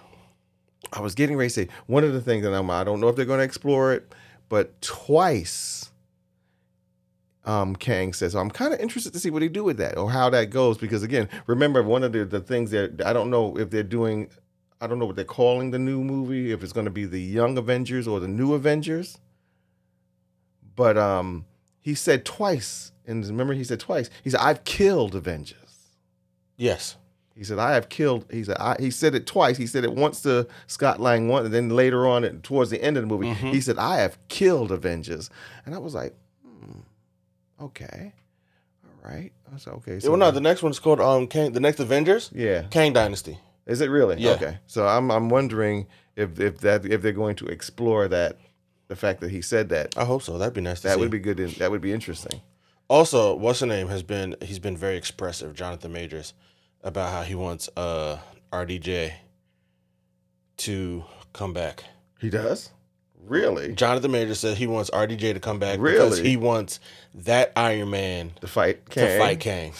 Speaker 2: I was getting ready to say one of the things that I'm I don't know if they're going to explore it, but twice um Kang says, so I'm kind of interested to see what they do with that or how that goes because again, remember one of the, the things that I don't know if they're doing I don't know what they're calling the new movie, if it's going to be the Young Avengers or the New Avengers. But um he said twice and remember he said twice. He said I've killed Avengers.
Speaker 1: yes,
Speaker 2: He said, "I have killed." He said, I, "He said it twice. He said it once to Scott Lang, once, and then later on, and towards the end of the movie,
Speaker 1: Mhm.
Speaker 2: he said, "I have killed Avengers," and I was like, hmm, "Okay, all right." I said, "Okay."
Speaker 1: well, no, the next one's called um, Kang, the next Avengers,
Speaker 2: yeah,
Speaker 1: Kang Dynasty.
Speaker 2: is it really?
Speaker 1: Yeah.
Speaker 2: Okay, so I'm I'm wondering if if that if they're going to explore that, the fact that he said that
Speaker 1: I hope so. That'd be nice. To
Speaker 2: that
Speaker 1: see.
Speaker 2: would be good. In, that would be interesting.
Speaker 1: Also, what's the name has been he's been very expressive, Jonathan Majors, about how he wants uh RDJ to come back.
Speaker 2: He does really
Speaker 1: Jonathan Majors said he wants RDJ to come back because
Speaker 2: Really?
Speaker 1: he wants that Iron Man
Speaker 2: the fight.
Speaker 1: to
Speaker 2: Kang.
Speaker 1: fight Kang.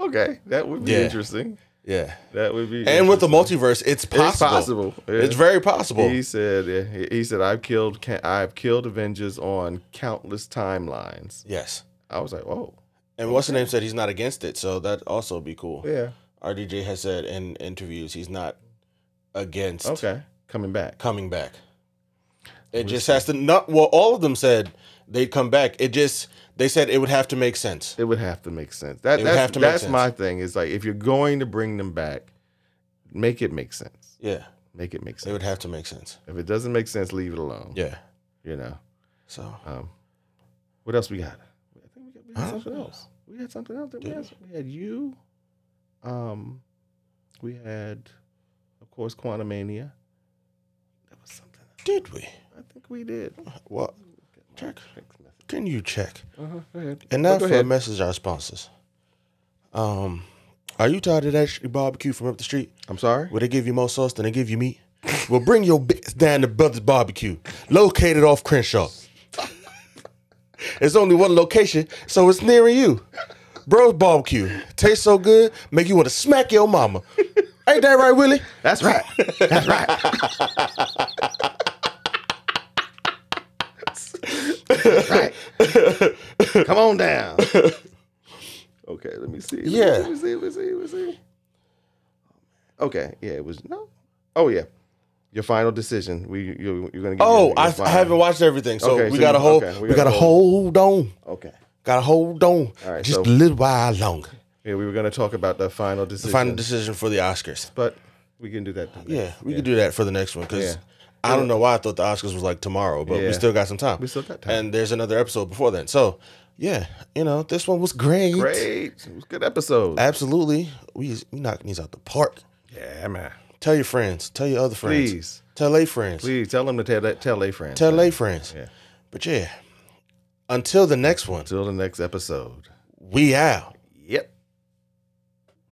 Speaker 2: Okay, that would be
Speaker 1: Yeah.
Speaker 2: interesting.
Speaker 1: Yeah.
Speaker 2: That would be
Speaker 1: And with the
Speaker 2: interesting.
Speaker 1: multiverse, it's possible. It's,
Speaker 2: It's possible. Yeah.
Speaker 1: very possible.
Speaker 2: He said, yeah, he- he said, I've killed, ca- I've killed Avengers on countless timelines.
Speaker 1: yes.
Speaker 2: I was like, "Oh, whoa,
Speaker 1: And what's the name said he's not against it, so that also be cool.
Speaker 2: yeah,
Speaker 1: RDJ has said in interviews he's not against
Speaker 2: okay, coming back.
Speaker 1: coming back. It just has to not. Well, all of them said they'd come back. It just they said it would have to make sense.
Speaker 2: It would have to make sense. That,
Speaker 1: It would
Speaker 2: that's
Speaker 1: have to make
Speaker 2: that's
Speaker 1: sense.
Speaker 2: my thing. Is like if you're going to bring them back, make it make sense.
Speaker 1: Yeah,
Speaker 2: Make it make
Speaker 1: it
Speaker 2: sense.
Speaker 1: would have to make sense.
Speaker 2: If it doesn't make sense, leave it alone.
Speaker 1: Yeah.
Speaker 2: You know.
Speaker 1: So
Speaker 2: Um, what else we got? I think we got we had something else. We had something else. That we, had, we had you. Um, we had, of course, Quantumania. That was something. else.
Speaker 1: did we?
Speaker 2: I think we did.
Speaker 1: Well,
Speaker 2: Check.
Speaker 1: can you check?
Speaker 2: Uh-huh. Go ahead.
Speaker 1: And
Speaker 2: Oh,
Speaker 1: now
Speaker 2: go
Speaker 1: for
Speaker 2: ahead.
Speaker 1: a message our sponsors. Um, are you tired of that sh- barbecue from up the street?
Speaker 2: I'm sorry.
Speaker 1: Where they give you more sauce than they give you meat? well, bring your bitch down to Brothers Barbecue, located off Crenshaw. There's only one location, so it's near you. Bros Barbecue tastes so good, make you want to smack your mama. Ain't that right, Willie?
Speaker 2: That's right. That's right. That's right. Come on down. Okay, let me see. Let me
Speaker 1: Yeah.
Speaker 2: see, Let me see. Let me see. Let me see. Okay. Yeah, it was no. Oh yeah. Your final decision. We you, you're gonna. Give
Speaker 1: Oh,
Speaker 2: your,
Speaker 1: I,
Speaker 2: your
Speaker 1: f- I
Speaker 2: final-
Speaker 1: haven't watched everything, so
Speaker 2: Okay,
Speaker 1: we
Speaker 2: so
Speaker 1: gotta
Speaker 2: you-
Speaker 1: hold.
Speaker 2: okay,
Speaker 1: we, gotta hold on.
Speaker 2: Okay.
Speaker 1: Gotta hold on.
Speaker 2: All right,
Speaker 1: Just
Speaker 2: so-
Speaker 1: a little while longer.
Speaker 2: Yeah, we were gonna talk about the final decision,
Speaker 1: Final decision for the Oscars.
Speaker 2: but we can do that.
Speaker 1: Yeah, we can do that for the next one because
Speaker 2: Yeah.
Speaker 1: I don't know why I thought the Oscars was like tomorrow, but
Speaker 2: Yeah.
Speaker 1: we still got some time.
Speaker 2: We still got time.
Speaker 1: And there's another episode before then. So, yeah, you know, this one was great.
Speaker 2: Great. It was a good episode.
Speaker 1: Absolutely. We, we knocking these out the park.
Speaker 2: yeah, man.
Speaker 1: Tell your friends. Tell your other friends.
Speaker 2: Please.
Speaker 1: Tell a friends.
Speaker 2: Please tell them to tell that tell a friend.
Speaker 1: Tell a friends.
Speaker 2: Yeah.
Speaker 1: But yeah, until the next one,
Speaker 2: Until the next episode.
Speaker 1: we out.